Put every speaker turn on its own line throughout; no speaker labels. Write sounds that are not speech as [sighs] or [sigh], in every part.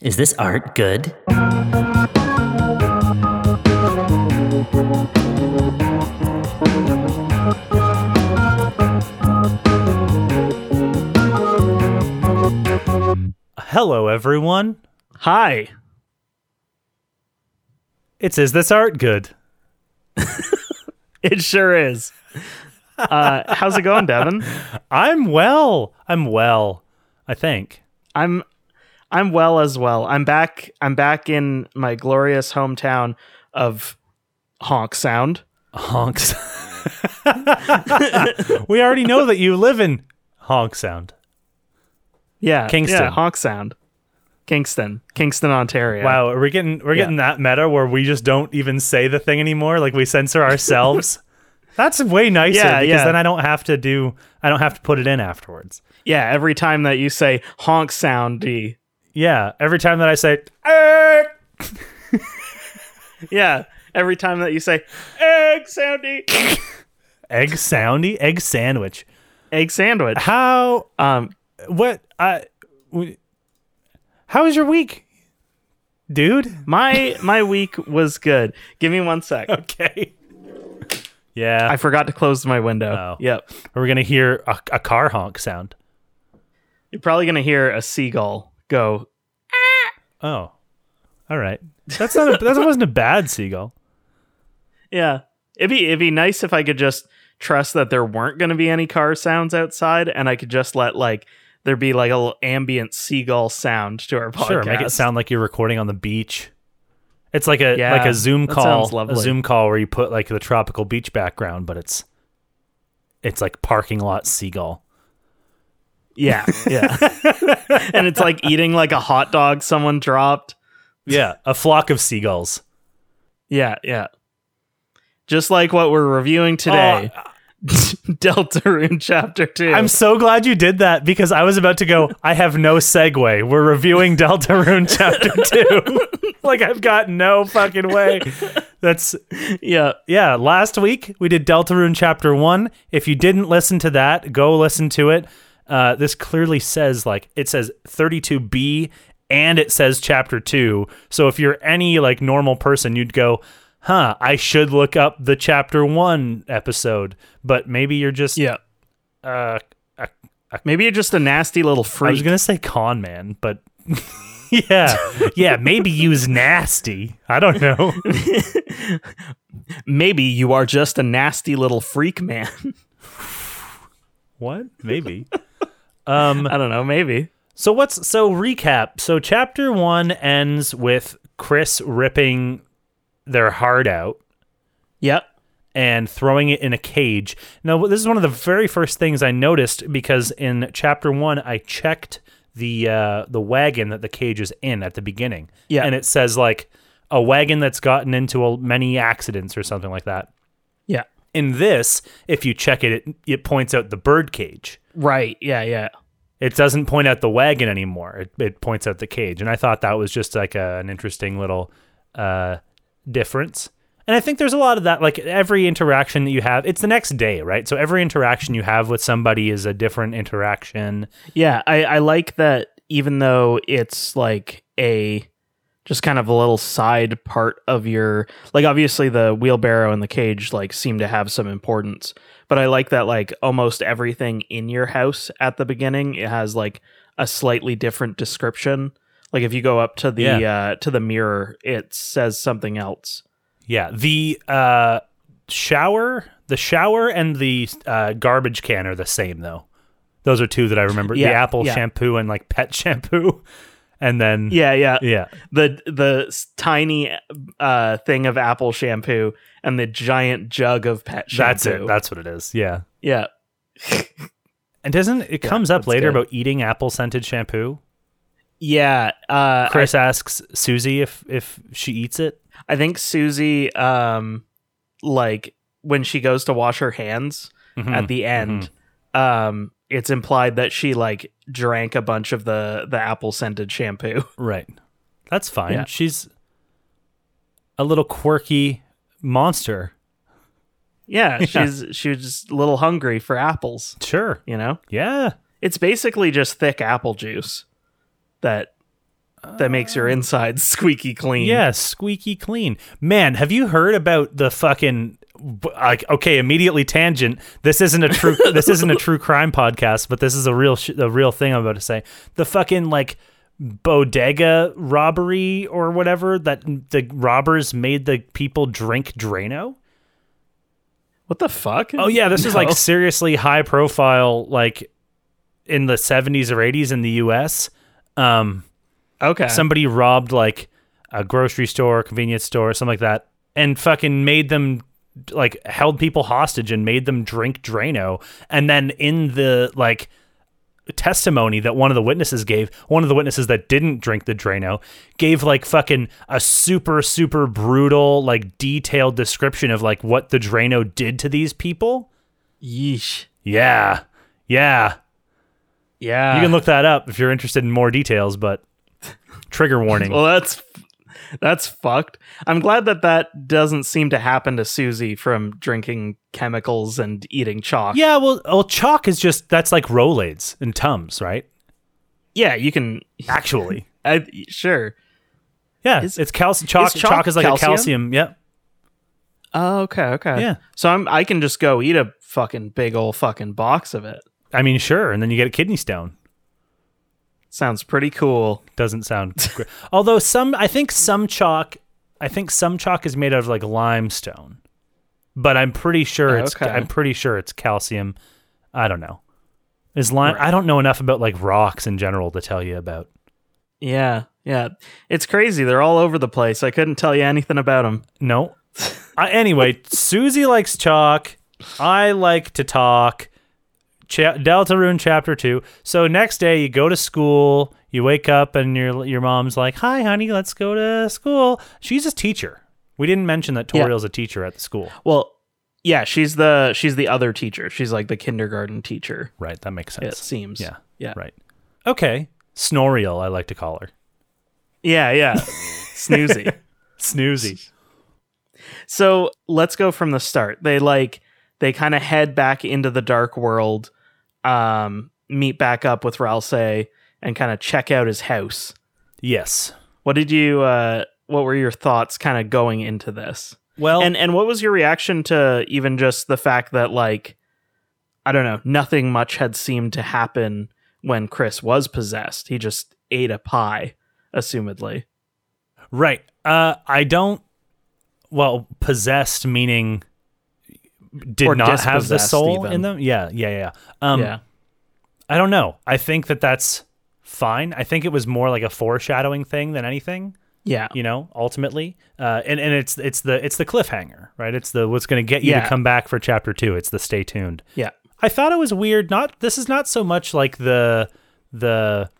Is this art good?
Hello, everyone.
Hi.
It's Is This Art Good?
It sure is. Uh, how's it going, Devin?
I'm well. I'm well, I think.
I'm I'm well as well. I'm back I'm back in my glorious hometown of honk sound.
Honks. [laughs] we already know that you live in Honk Sound.
Yeah.
Kingston.
Yeah, honk sound. Kingston. Kingston, Ontario.
Wow, we're getting we're getting that meta where we just don't even say the thing anymore. Like we censor
[laughs]
ourselves. That's way nicer
Yeah,
because
yeah.
then I don't have to do I don't have to put it in afterwards.
Yeah, every time that you say honk soundy.
Yeah, every time that I say "Erk,"
Yeah. Every time that you say egg soundy
egg soundy egg sandwich,
egg sandwich.
how
Um
what I w- how was your week, dude? [laughs]
my my week was good. Give me one sec.
Okay. Yeah,
I forgot to close my window.
Oh.
Yep.
we're gonna hear a, a car honk sound.
You're probably gonna hear a seagull go
Oh, all right. That's not a,
[laughs]
that wasn't a bad seagull.
Yeah. It'd be it'd be nice if I could just trust that there weren't going to be any car sounds outside and I could just let like there be like a little ambient seagull sound to our podcast.
Sure, make it sound like you're recording on the beach. It's like a
Yeah,
like a Zoom
that
call,
sounds lovely.
a Zoom call where you put like the tropical beach background, but it's it's like parking lot seagull.
Yeah, yeah.
[laughs]
and it's like eating like a hot dog someone dropped.
Yeah, a flock of seagulls.
Yeah, yeah. Just like what we're
Oh,
reviewing today. [laughs] Deltarune chapter 2.
uh, I'm so glad you did that because I was about to go. I have no segue. We're reviewing Deltarune Chapter Two. [laughs] like I've got no fucking way. That's
yeah.
yeah. Last week we did Deltarune Chapter One. If you didn't listen to that, go listen to it. Uh, this clearly says like it says 32B and it says Chapter Two. So if you're any like normal person, you'd go. Huh, I should look up the chapter one episode, but maybe you're just
Yeah.
uh,
Maybe you're just a nasty little freak.
I was gonna say con man, but [laughs] yeah, yeah, maybe use nasty. I don't know.
Maybe you are just a nasty little freak man.
[laughs]
[laughs]
what? Maybe. Um.
I don't know, maybe.
So what's so recap? So chapter one ends with Chris ripping their heart out
Yep.
and throwing it in a cage. Now this is one of the very first things I noticed because in chapter one I checked the uh, the wagon that the cage is in at the beginning.
Yeah.
and it says like a wagon that's gotten into a, many accidents or something like that.
Yeah.
In this, if you check it, it, it points out the bird cage.
Right. Yeah. Yeah.
It doesn't point out the wagon anymore. It, it points out the cage, and I thought that was just like a, an interesting little uh, difference. And I think there's a lot of that. Like every interaction that you have, it's the next day, right? So every interaction you have with somebody is a different interaction.
Yeah. I, I like that even though it's like a just kind of a little side part of your like obviously the wheelbarrow and the cage like seem to have some importance. But I like that like almost everything in your house at the beginning it has like a slightly different description. Like if you go up to the uh to the mirror, it says something else.
Yeah, the uh, shower, the shower, and the uh, garbage can are the same though. Those are two that I remember. the
Yeah,
apple
yeah.
shampoo and like pet [laughs] shampoo, and then
Yeah, yeah.
yeah,
the the s- tiny uh thing of apple shampoo and the giant jug of pet shampoo.
that's it. That's what it is. Yeah,
yeah.
and doesn't it comes up
that's
later
good.
about eating apple scented shampoo?
Yeah, uh
Chris asks Susie if if she eats it.
I, I think Susie um like when she goes to wash her hands
Mm-hmm.
at the end um it's implied that she like drank a bunch of the the apple scented shampoo. [laughs]
right, that's fine.
Yeah.
She's a little quirky monster.
yeah, she's she was just a little hungry for apples,
Sure.
you know?
Yeah.
It's basically just thick apple juice that that makes your insides [laughs] squeaky clean.
Uh. Yeah, squeaky clean. Man, have you heard about the fucking like okay, immediately tangent. This isn't a
[laughs]
true this isn't a true crime podcast, but this is a real sh- a real thing I'm about to say. The fucking like bodega robbery or whatever that the robbers made the people drink Drano.
What the fuck?
Oh yeah, this is
No. [laughs]
like seriously high profile like in the 70s or 80s in the US. Um
Oh, okay.
somebody robbed like a grocery store, convenience store, something like that, and fucking made them like held people hostage and made them drink Drano. And then in the like testimony that one of the witnesses gave, one of the witnesses that didn't drink the Drano gave like fucking a super, super brutal, like detailed description of like what the Drano did to these people.
Yeesh.
Yeah. Yeah.
Yeah.
You can look that up if you're interested in more details, but trigger warning.
Well, that's that's fucked. I'm glad that that doesn't seem to happen to Susie from drinking chemicals and eating chalk.
Yeah, well, well, chalk is just that's like Rolaids and Tums, right?
Yeah, you can.
Actually,
I, sure.
yeah,
Is-
it's calcium. Chalk,
is
chalk,
chalk
is like a
calcium?
calcium. Yep.
Oh, okay, okay.
Yeah.
So I'm I can just go eat a fucking big old fucking box of it.
I mean, sure, and then you get a kidney stone.
Sounds pretty cool.
Doesn't
[laughs]
sound. great. Although some, I think some chalk, I think some chalk is made out of like limestone, but I'm pretty sure it's
Okay.
I'm pretty sure it's calcium. I don't know. Is lime? I don't know enough about like rocks in general to tell you about.
Yeah, yeah. It's crazy. They're all over the place. I couldn't tell you anything about them.
No. I, anyway, Susie likes chalk. I like to talk. Cha- Deltarune chapter two. So next day you go to school. You wake up and your your mom's like, "Hi, honey, let's go to school." She's a teacher. We didn't mention that
Yeah.
Toriel's a teacher at the school.
Well, yeah, she's the she's the other teacher. She's like the kindergarten teacher.
Right. That makes
It
sense.
seems.
Yeah.
Yeah.
Right. Okay. Snoriel, I like to call her.
Yeah,
[laughs]
yeah. Snoozy. [laughs]
Snoozy.
So let's go from the start. They like they kind of head back into the dark world, um, meet back up with Ralsei and kind of check out his house.
Yes.
What did you uh what were your thoughts kind of going into this?
Well,
And and what was your reaction to even just the fact that like I don't know, nothing much had seemed to happen when Chris was possessed. He just ate a pie, assumedly.
Right. Uh, I don't. Well, possessed meaning did
Or
not have the
dispossessed
soul
even.
in them. Yeah, yeah, yeah. Um,
yeah.
I don't know. I think that that's fine. I think it was more like a foreshadowing thing than anything.
Yeah.
You know, ultimately, uh, and and it's it's the it's the cliffhanger, right? It's the what's going to get you
Yeah.
to come back for chapter two. It's the stay tuned.
Yeah.
I thought it was weird. Not this is not so much like the the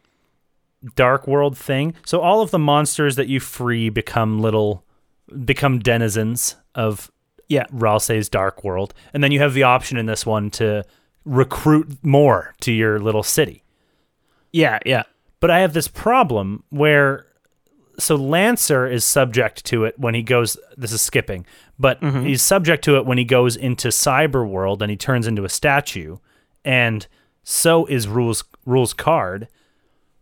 dark world thing. So all of the monsters that you free become little become denizens of
Yeah.
Ralsei's dark world, and then you have the option in this one to recruit more to your little city.
Yeah, yeah.
But I have this problem where so Lancer is subject to it when he goes this is skipping, but he's subject to it when he goes into cyber world and he turns into a statue and so is rules rules card,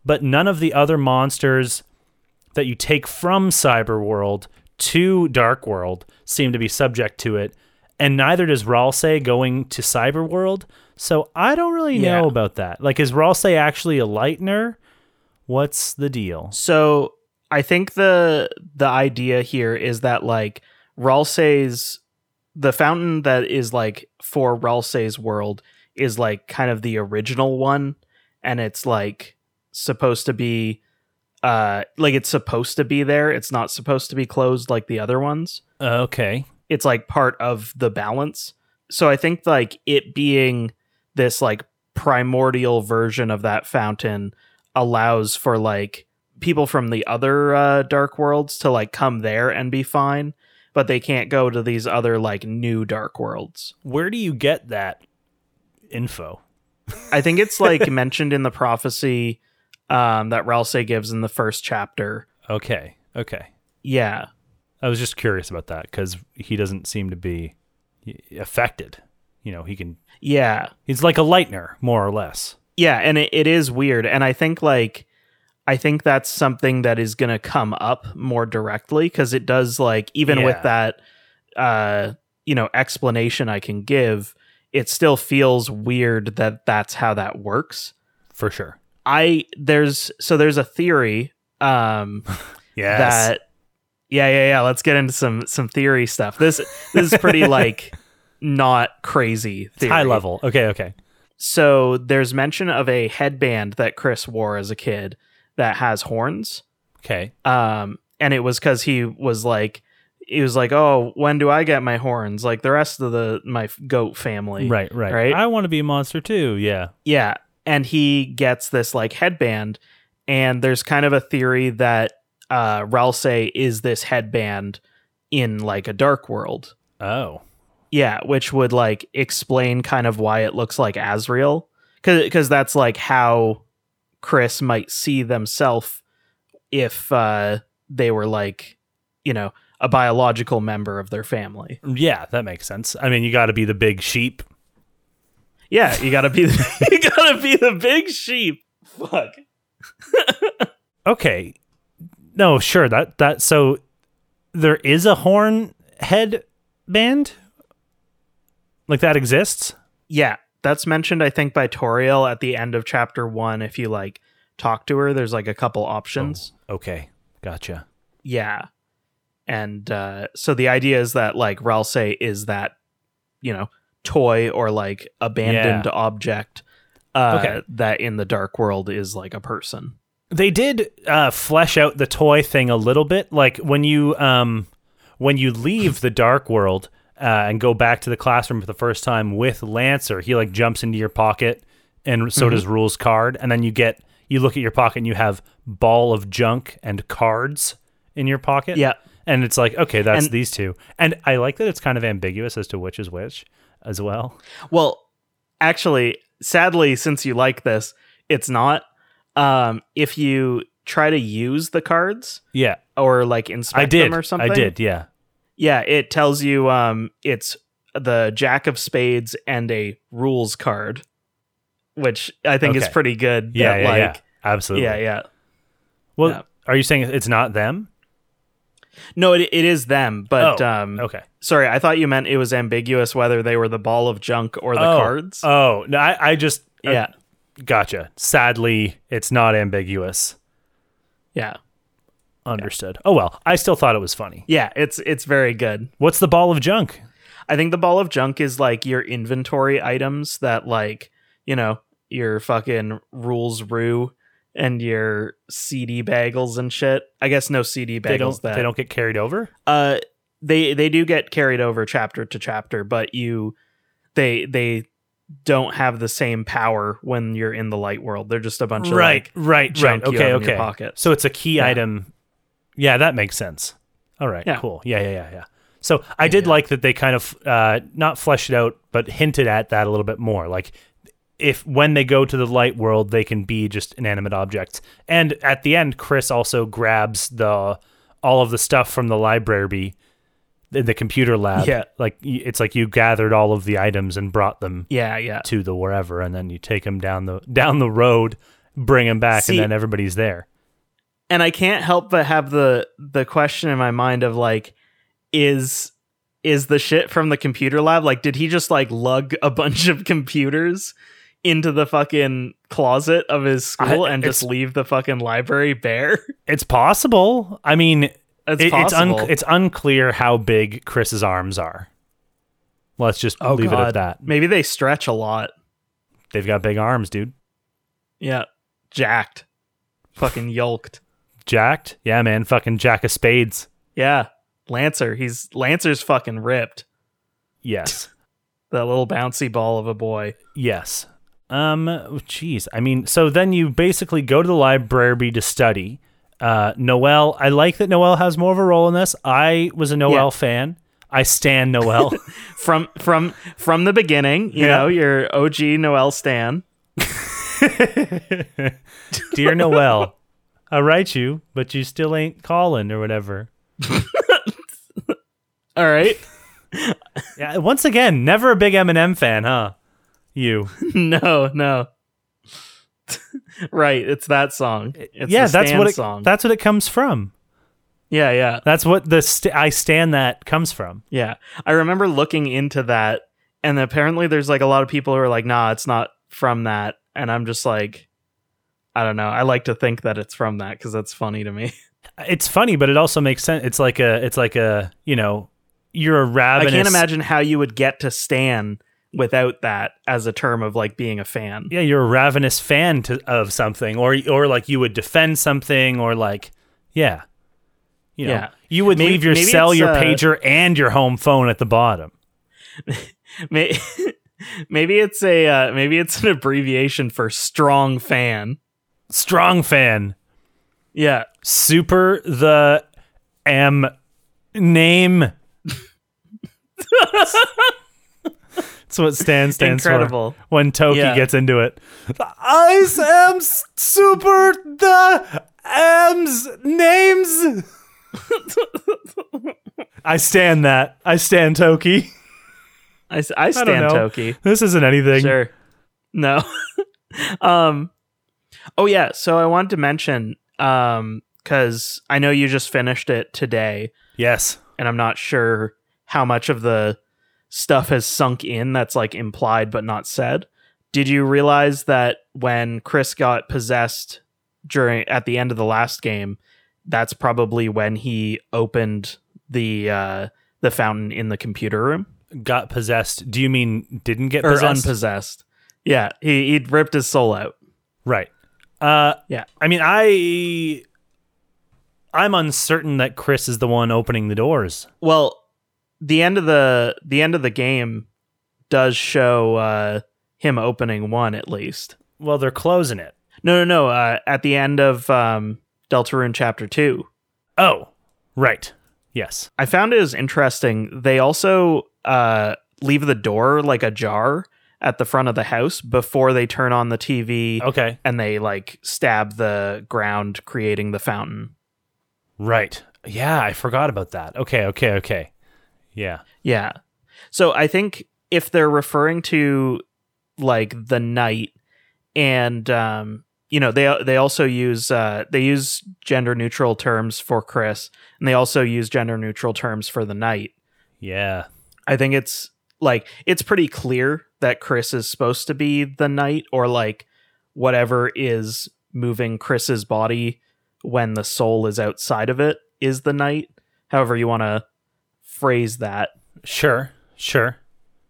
but none of the other monsters that you take from cyber world to dark world seem to be subject to it and neither does Ralsei going to cyber world. So I don't really
Yeah.
know about that. Like is Ralsei actually a lightener? What's the deal?
So I think the the idea here is that like Ralsei's the fountain that is like for Ralsei's world is like kind of the original one and it's like supposed to be uh like it's supposed to be there. It's not supposed to be closed like the other ones.
Uh, Okay.
It's like part of the balance. So I think like it being this like primordial version of that fountain allows for like people from the other uh, dark worlds to like come there and be fine but they can't go to these other like new dark worlds
Where do you get that info?
i think it's like mentioned in the prophecy um, that ralsei gives in the first chapter
Okay. Okay.
yeah
I was just curious about that cuz he doesn't seem to be affected. You know, he can
yeah
he's like a lightener more or less.
yeah and it, it is weird and i think like I think that's something that is going to come up more directly because it does like even with
Yeah.
that uh you know explanation I can give, it still feels weird that that's how that works.
for sure.
I there's so there's a theory um
[laughs] Yes.
that yeah yeah yeah let's get into some some theory stuff. This this is
[laughs]
pretty like not crazy theory.
High level. Okay, okay.
So there's mention of a headband that Chris wore as a kid that has horns.
Okay.
um and it was because he was like he was like oh when do i get my horns like the rest of the my f- goat family
Right, right.
Right?
I want to be a monster too. Yeah.
yeah and he gets this like headband and there's kind of a theory that uh ralse is this headband in like a dark world
Oh.
yeah which would like explain kind of why it looks like azrael because that's like how chris might see themselves if uh they were like you know a biological member of their family
Yeah, that makes sense. I mean, you got to be the big sheep.
yeah you gotta be [laughs] the, you gotta be the big sheep fuck
Okay. No, sure. That that so there is a horn headband? Like that exists?
yeah that's mentioned i think by toriel at the end of chapter one if you like talk to her there's like a couple options
Okay. Gotcha.
Yeah. And uh, so the idea is that like Ralse is that, you know, toy or like abandoned
Yeah.
object uh,
Okay.
that in the dark world is like a person.
they did uh, flesh out the toy thing a little bit like when you um, when you leave the dark world uh, and go back to the classroom for the first time with lancer he like jumps into your pocket and so does rules card and then you get you look at your pocket and you have ball of junk and cards in your pocket
Yeah.
and it's like okay that's
And-
these two and i like that it's kind of ambiguous as to which is which as well
Well, actually, sadly, since you like this, it's not. Um, if you try to use the cards
yeah
or like inspect
i did
them or something,
i did yeah
Yeah, it tells you um it's the Jack of Spades and a rules card, which I think is
Okay.
pretty good.
yeah
that,
yeah, yeah.
like
absolutely
yeah, yeah.
well
Yeah.
are you saying it's not them
No, it, it is them, but
Oh,
um
okay
sorry, I thought you meant it was ambiguous whether they were the ball of junk or the
oh.
cards.
Oh, no, I, I just uh,
yeah.
gotcha. Sadly, it's not ambiguous.
Yeah.
Understood. Oh well, I still thought it was funny.
Yeah, it's it's very good.
What's the ball of junk?
I think the ball of junk is like your inventory items that like, you know, your fucking rules rue and your CD bagels and shit. I guess no CD bagels
They don't
that
they don't get carried over?
Uh, they they do get carried over chapter to chapter, but you they they don't have the same power when you're in the light world. They're just a bunch of
right,
like,
right, right.
junk you
Okay,
have in your
okay.
pocket.
So it's a key
Yeah.
item. Yeah, that makes sense. All right,
Yeah.
cool. Yeah, yeah, yeah, yeah. So I did like that they kind of uh, not fleshed it out, but hinted at that a little bit more. Like if when they go to the light world, they can be just inanimate objects. And at the end, Chris also grabs the all of the stuff from the library, the, the computer lab.
Yeah.
like y- it's like you gathered all of the items and brought them
yeah, yeah.
to the wherever, and then you take them down the down the road, bring them back,
See-
and then everybody's there.
And I can't help but have the the question in my mind of like, is is the shit from the computer lab like? Did he just like lug a bunch of computers? into the fucking closet of his school
I-
and just
it's-
leave the fucking library bare. [laughs]
It's possible. I mean,
That's
it- it's
possible.
it's unclear how big Chris's arms are. Let's just leave it at
Oh, God.
that.
Maybe they stretch a lot.
They've got big arms, dude.
Yeah. Jacked. Fucking yolked.
Jacked, yeah, man. Fucking jack of spades.
Yeah. Lancer. He's Lancer's fucking ripped. [laughs]
Yes,
That little bouncy ball of a boy.
yes. Um, jeez. I mean, so then you basically go to the library to study. Uh, Noel. I like that Noel has more of a role in this. I was a Noel
Yeah.
fan. I stand
[laughs]
Noel.
From from from the beginning, you
Yeah.
know, your OG Noel Stan.
Dear Noel, I write you, but you still ain't calling or whatever.
All [laughs] right.
Yeah, once again, never a big Eminem fan, huh? You.
no, no. [laughs] right, it's that song. It's
yeah,
the
that's
Stan
what it,
song.
that's what it comes from.
yeah, yeah,
That's what the st- I stand that comes from.
yeah. I remember looking into that, and apparently there's like a lot of people who are like, "Nah, it's not from that," and I'm just like, I don't know. I like to think that it's from that because that's funny to me. [laughs]
It's funny, but it also makes sense. It's like a it's like a you know you're a
I
ravenous.
can't imagine how you would get to Stan without that as a term of like being a fan.
Yeah, you're a ravenous fan to, of something, or or like you would defend something, or like yeah, you know,
Yeah.
you would
Maybe-
leave your
maybe
cell,
it's,
your
uh,
pager, and your home phone at the bottom.
May- [laughs] Maybe it's a uh, maybe it's an abbreviation for strong fan.
Strong fan.
Yeah,
Super the M name. That's what Stan stands
incredible.
for. When Toki
Yeah.
gets into it, I am super the M's names. I stand that. I stand Toki.
I, s- I stand
know.
Toki.
This isn't anything.
Sure. No. [laughs] um. Oh yeah. So I wanted to mention um because I know you just finished it today,
Yes.
and I'm not sure how much of the stuff has sunk in that's like implied but not said. Did you realize that when Chris got possessed during at the end of the last game, that's probably when he opened the uh, the fountain in the computer room
Got possessed. Do you mean didn't get
or
possessed?
unpossessed? Yeah, he he'd ripped his soul out.
Right. Uh,
Yeah.
I mean, I I'm uncertain that Chris is the one opening the doors.
Well, the end of the the end of the game does show uh, him opening one at least.
Well, they're closing it.
No, no, no. Uh, at the end of um, Deltarune Chapter 2,
Oh, right. Yes.
I found it as interesting. They also uh, leave the door like ajar at the front of the house before they turn on the TV
Okay.
and they like stab the ground, creating the fountain.
Right. Yeah, I forgot about that. Okay, okay, okay. Yeah.
Yeah. So I think if they're referring to like the night and um you know they they also use uh they use gender neutral terms for Chris and they also use gender neutral terms for the night.
Yeah.
I think it's like it's pretty clear that Chris is supposed to be the knight or like whatever is moving Chris's body when the soul is outside of it is the knight. However you want to phrase that.
Sure. Sure.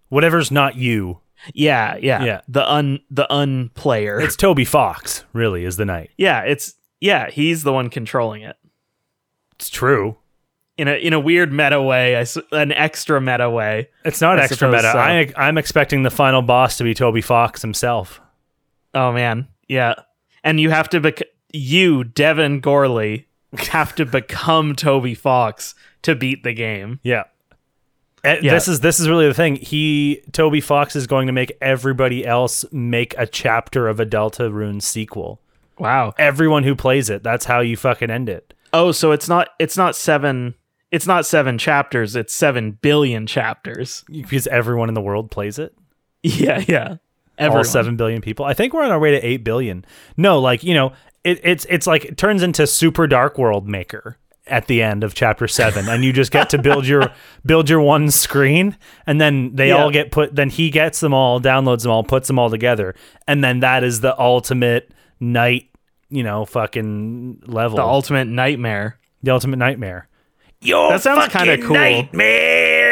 Whatever's not you.
Yeah, yeah.
Yeah.
The un the un player.
It's Toby Fox, really, is the night.
[laughs] yeah, it's yeah, he's the one controlling it.
It's true.
In a in a weird meta way, I s an extra meta way.
It's not
I
extra
suppose
meta.
so.
I, I'm expecting the final boss to be Toby Fox himself.
Oh man. Yeah. And you have to bec- you Devin Gorley have to become Toby Fox to beat the game.
Yeah. Eh,
Yeah.
This is this is really the thing. He Toby Fox is going to make everybody else make a chapter of a Delta Rune sequel.
Wow.
Everyone who plays it, that's how you fucking end it.
Oh, so it's not it's not 7 it's not 7 chapters, it's 7 billion chapters. [laughs]
Because everyone in the world plays it.
Yeah, yeah.
All
Everyone.
seven billion people. I think we're on our way to eight billion. No, like you know, it, it's it's like it turns into Super Dark World Maker at the end of chapter seven, and you just get to build
[laughs]
your build your one screen, and then they
Yeah.
all get put. Then he gets them all, downloads them all, puts them all together, and then that is the ultimate night. You know, fucking level.
The ultimate nightmare.
the ultimate nightmare. Your
That sounds kinda
fucking
cool.
Nightmare.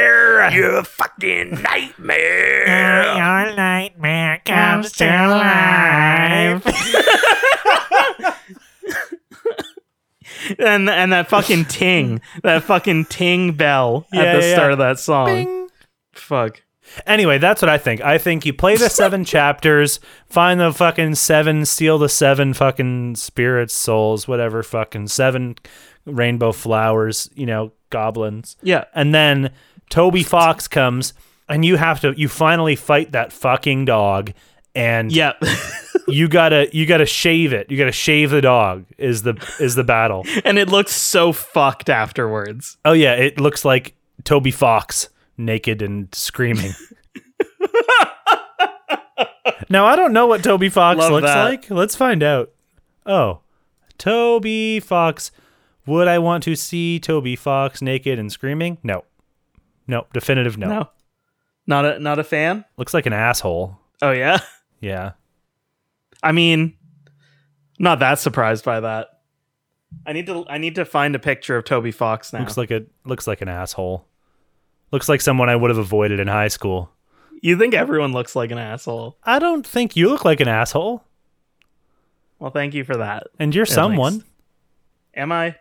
Your fucking nightmare.
Your nightmare comes to life.
[laughs] and and that fucking ting, that fucking ting bell
Yeah,
at the
yeah,
start
yeah.
of that song. Fuck.
Anyway, that's what I think. I think you play the seven chapters, find the fucking seven, steal the seven fucking spirits, souls, whatever fucking seven rainbow flowers, you know, goblins.
Yeah.
And then Toby Fox comes and you have to you finally fight that fucking dog and
Yeah. [laughs]
you got to you got to shave it. You got to shave the dog is the is the battle.
and it looks so fucked afterwards.
Oh yeah, it looks like Toby
[laughs]
Fox naked and screaming. Now I don't know what Toby Fox
Love
looks
that.
like. Let's find out. Oh, Toby Fox. Would I want to see Toby Fox naked and screaming? No. No, definitive no.
No. Not a not a fan?
Looks like an asshole.
Oh yeah.
Yeah.
I mean, not that surprised by that. I need to I need to find a picture of Toby Fox now.
Looks like a looks like an asshole. Looks like someone I would have avoided in high school.
you think everyone looks like an asshole.
I don't think you look like an asshole.
Well, thank you for that.
And you're someone.
Am I?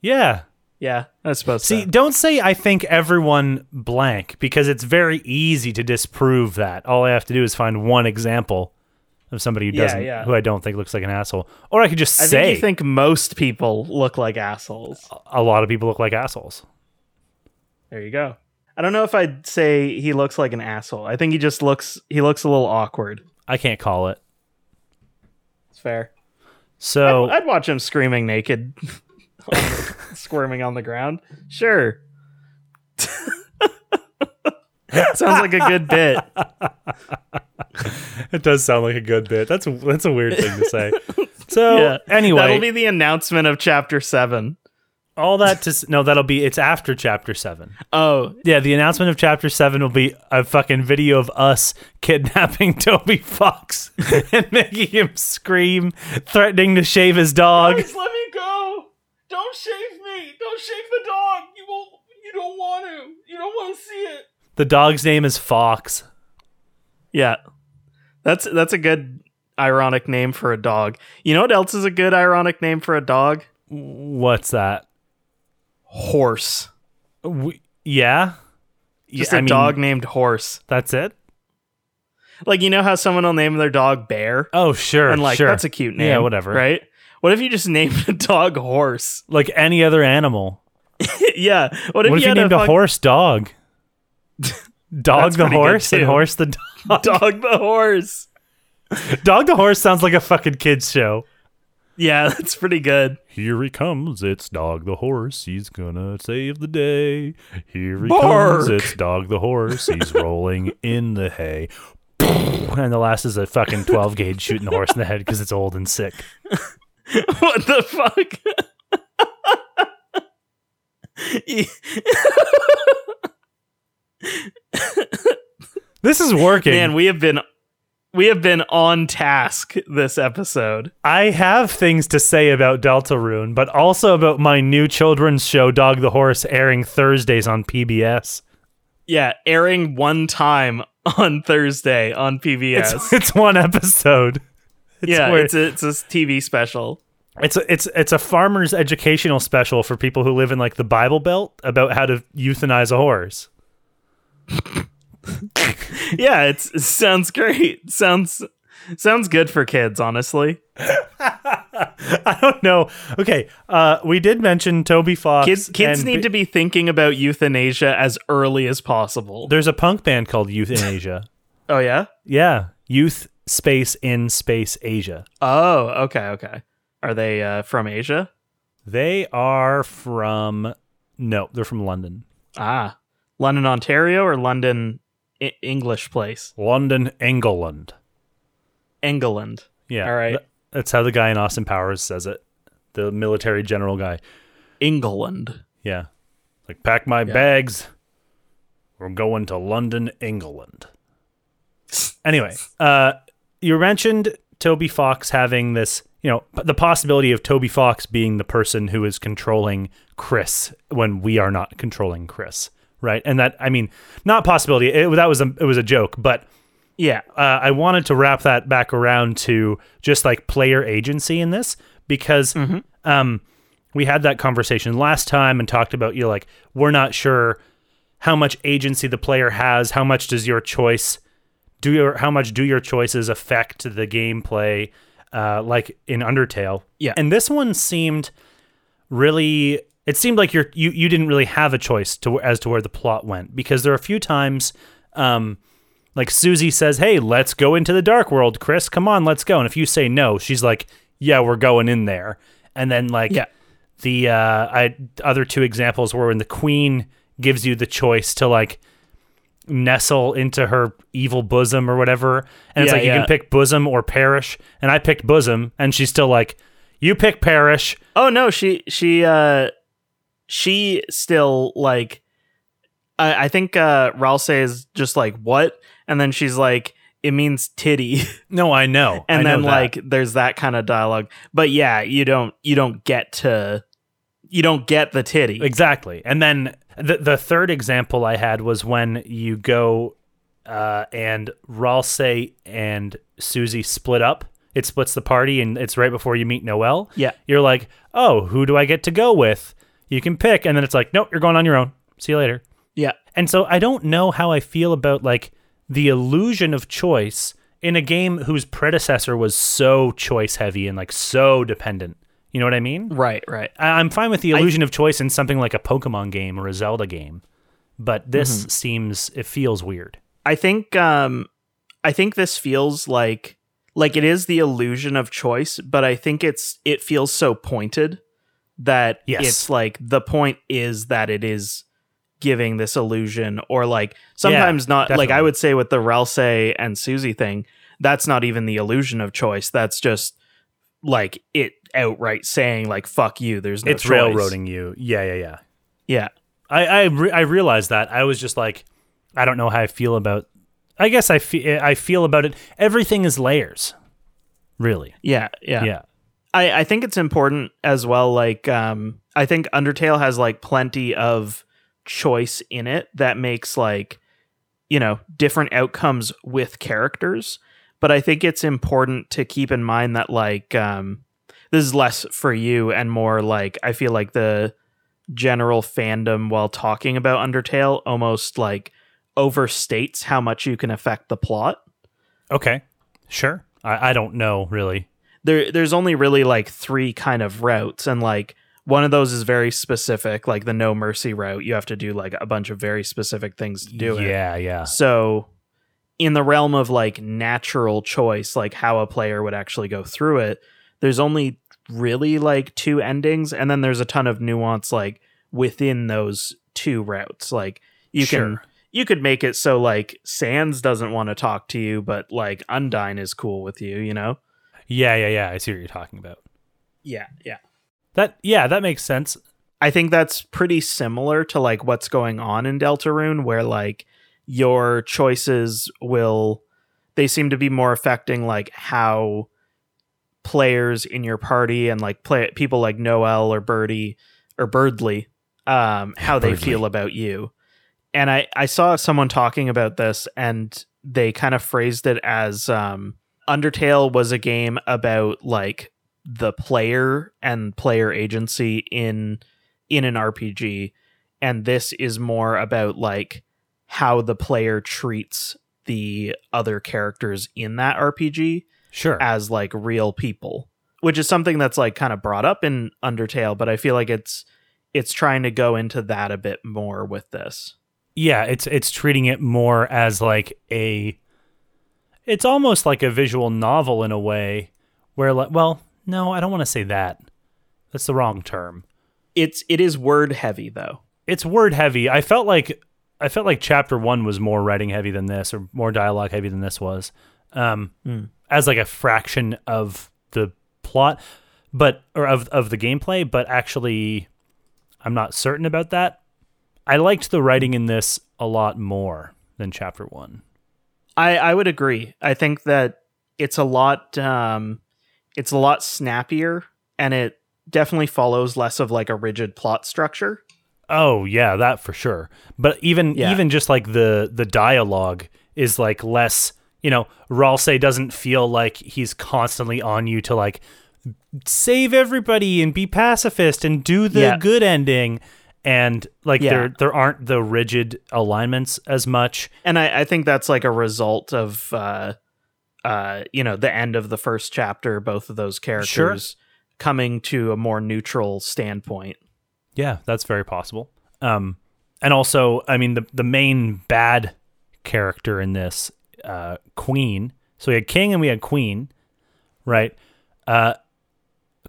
Yeah.
Yeah, I suppose.
See,
so.
don't say I think everyone blank because it's very easy to disprove that. All I have to do is find one example of somebody who
Yeah,
doesn't,
yeah.
who I don't think looks like an asshole, or I could just
I
say
think you think most people look like assholes.
a lot of people look like assholes.
There you go. I don't know if I'd say he looks like an asshole. I think he just looks he looks a little awkward.
I can't call it.
It's fair.
So
I'd watch him screaming naked, [laughs] squirming on the ground. Sure. [laughs] Sounds like a good [laughs] bit.
it does sound like a good bit. That's that's a weird thing to [laughs] say. So
Yeah.
anyway,
That'll be the announcement of chapter seven.
all that to s- no, that'll be it's after chapter seven.
Oh,
Yeah, the announcement of chapter seven will be a fucking video of us [laughs] kidnapping Toby
[laughs]
Fox and making him scream, threatening to shave his dog.
let me go. Don't shave me. Don't shave the dog. You won't. You don't want to. You don't want to see it.
The dog's name is Fox.
Yeah, that's that's a good ironic name for a dog. You know what else is a good ironic name for a dog?
What's that?
Horse.
We, yeah,
Just
yeah,
a
I mean,
dog named Horse.
That's it.
Like you know how someone will name their dog Bear,
Oh sure,
and like
sure.
that's a cute name.
Yeah, whatever.
Right? What if you just named a dog Horse? [laughs]
like any other animal.
yeah. What if
what if
you,
you
had
named
a,
a,
fuck-
horse
[laughs]
dog? Dog
That's
the
pretty good,
horse and
too.
horse the [laughs] dog.
[laughs] dog the horse?
dog the horse sounds like a fucking kids show.
Yeah, that's pretty good. [laughs]
Here he comes, it's Dog the Horse, he's gonna save the day. Here he comes,
Bark.
it's Dog the Horse, [laughs] he's rolling in the hay. And the last is a fucking 12 gauge shooting the horse in the head because it's old and sick.
what the fuck? [laughs]
This is working.
Man, we have been we have been on task this episode.
I have things to say about Deltarune, but also about my new children's show, Dog the Horse, airing Thursdays on PBS.
Yeah, airing one time [laughs] on Thursday on PBS.
[laughs] It's, it's one episode. It's
yeah,
weird.
it's a, it's a TV special.
It's a, it's it's a farmer's educational special for people who live in like the Bible Belt about how to euthanize a horse.
Yeah, it's it sounds great. Sounds sounds good for kids, honestly.
[laughs] I don't know. Okay, uh, we did mention Toby Fox.
Kids kids
and
need
bi-
to be thinking about euthanasia as early as possible.
There's a punk band called Youth in Asia. [laughs]
Oh yeah?
yeah, Youth Space in Space Asia.
Oh, okay, okay. Are they uh, from Asia?
They are from no, they're from London.
Ah, London, Ontario, or London I- English place,
London, England.
England.
Yeah,
All right.
Th- that's how the guy in Austin Powers says it. The military general guy.
England.
Yeah. Like, pack my bags. We're going to London, England. Anyway, uh, you mentioned Toby Fox having this, you know, p- the possibility of Toby Fox being the person who is controlling Chris when we are not controlling Chris, right? And that, I mean, not possibility. It, that was a, it was a joke, but
Yeah,
uh, I wanted to wrap that back around to just like player agency in this because um, we had that conversation last time and talked about you know, like we're not sure how much agency the player has, how much does your choice do your how much do your choices affect the gameplay, uh, like in Undertale.
Yeah.
and this one seemed really it seemed like you're you you didn't really have a choice to as to where the plot went because there are a few times um like Susie says, "Hey, let's go into the dark world, Chris. Come on, let's go." And if you say no, she's like, "Yeah, we're going in there." And then like
Yeah.
the uh I other two examples were when the queen gives you the choice to like nestle into her evil bosom or whatever. And it's
Yeah,
like you
yeah.
can pick bosom or perish. And I picked bosom, and she's still like, "You pick perish."
Oh no, she she uh she still like I, I think uh Ralse is just like what? And then she's like, it means titty. [laughs]
No, I know. I
and
know
then
that.
like there's that kind of dialogue. But yeah, you don't you don't get to you don't get the titty.
Exactly. And then the the third example I had was when you go uh, and Ralse and Susie split up. It splits the party, and it's right before you meet Noel.
Yeah.
You're like, oh, who do I get to go with? You can pick, and then it's like, nope, you're going on your own. See you later.
yeah.
And so I don't know how I feel about like the illusion of choice in a game whose predecessor was so choice heavy and like so dependent. You know what I mean?
Right, right.
I- I'm fine with the illusion of choice in something like a Pokemon game or a Zelda game, but this
Mm-hmm.
seems it feels weird.
I think um I think this feels like like it is the illusion of choice, but I think it's it feels so pointed that
Yes.
it's like the point is that it is giving this illusion or like sometimes not like I
definitely.
would say with the Ralse and Susie thing, that's not even the illusion of choice. That's just like it outright saying like fuck you, there's no
it's
choice.
railroading you. Yeah, yeah, yeah.
Yeah.
I I, re- I realized that. I was just like, I don't know how I feel about. I guess I feel I feel about it. Everything is layers, really.
Yeah. Yeah.
Yeah.
I, I think it's important as well. Like, um, I think Undertale has like plenty of choice in it that makes like, you know, different outcomes with characters. But I think it's important to keep in mind that like, um, this is less for you and more like I feel like the general fandom while talking about Undertale almost like overstates how much you can affect the plot.
Okay. Sure. I, I don't know really.
there there's only really like three kind of routes and like one of those is very specific like the no mercy route you have to do like a bunch of very specific things to do it
Yeah, yeah.
so in the realm of like natural choice like how a player would actually go through it there's only really like two endings and then there's a ton of nuance like within those two routes like you can
Sure.
you could make it so like sans doesn't want to talk to you but like undine is cool with you you know
Yeah, yeah, yeah. I see what you're talking about.
yeah yeah
That yeah, that makes sense.
I think that's pretty similar to like what's going on in Deltarune, where like your choices will they seem to be more affecting like how players in your party and like play people like Noel or Birdie or Birdly, um, how they
Birdly.
feel about you. And I I saw someone talking about this and they kind of phrased it as um, Undertale was a game about like the player and player agency in in an RPG and this is more about like how the player treats the other characters in that RPG
Sure.
as like real people, which is something that's like kind of brought up in Undertale, but I feel like it's it's trying to go into that a bit more with this.
yeah it's it's treating it more as like a it's almost like a visual novel in a way where like well no i don't want to say that that's the wrong term
It's it is word heavy though.
it's word heavy i felt like i felt like chapter one was more writing heavy than this or more dialogue heavy than this was um as like a fraction of the plot but or of of the gameplay but actually i'm not certain about that i liked the writing in this a lot more than chapter one
I I would agree. I think that it's a lot um it's a lot snappier and it definitely follows less of like a rigid plot structure.
Oh yeah, that for sure. But even
Yeah.
even just like the the dialogue is like less. You know, Ralse doesn't feel like he's constantly on you to like save everybody and be pacifist and do the
Yeah.
good ending. And like
Yeah.
there there aren't the rigid alignments as much.
and I, I think that's like a result of uh uh you know the end of the first chapter both of those characters coming to a more neutral standpoint
Yeah, that's very possible. Um, and also, I mean, the the main bad character in this, uh, Queen. So we had King and we had Queen, right? Uh,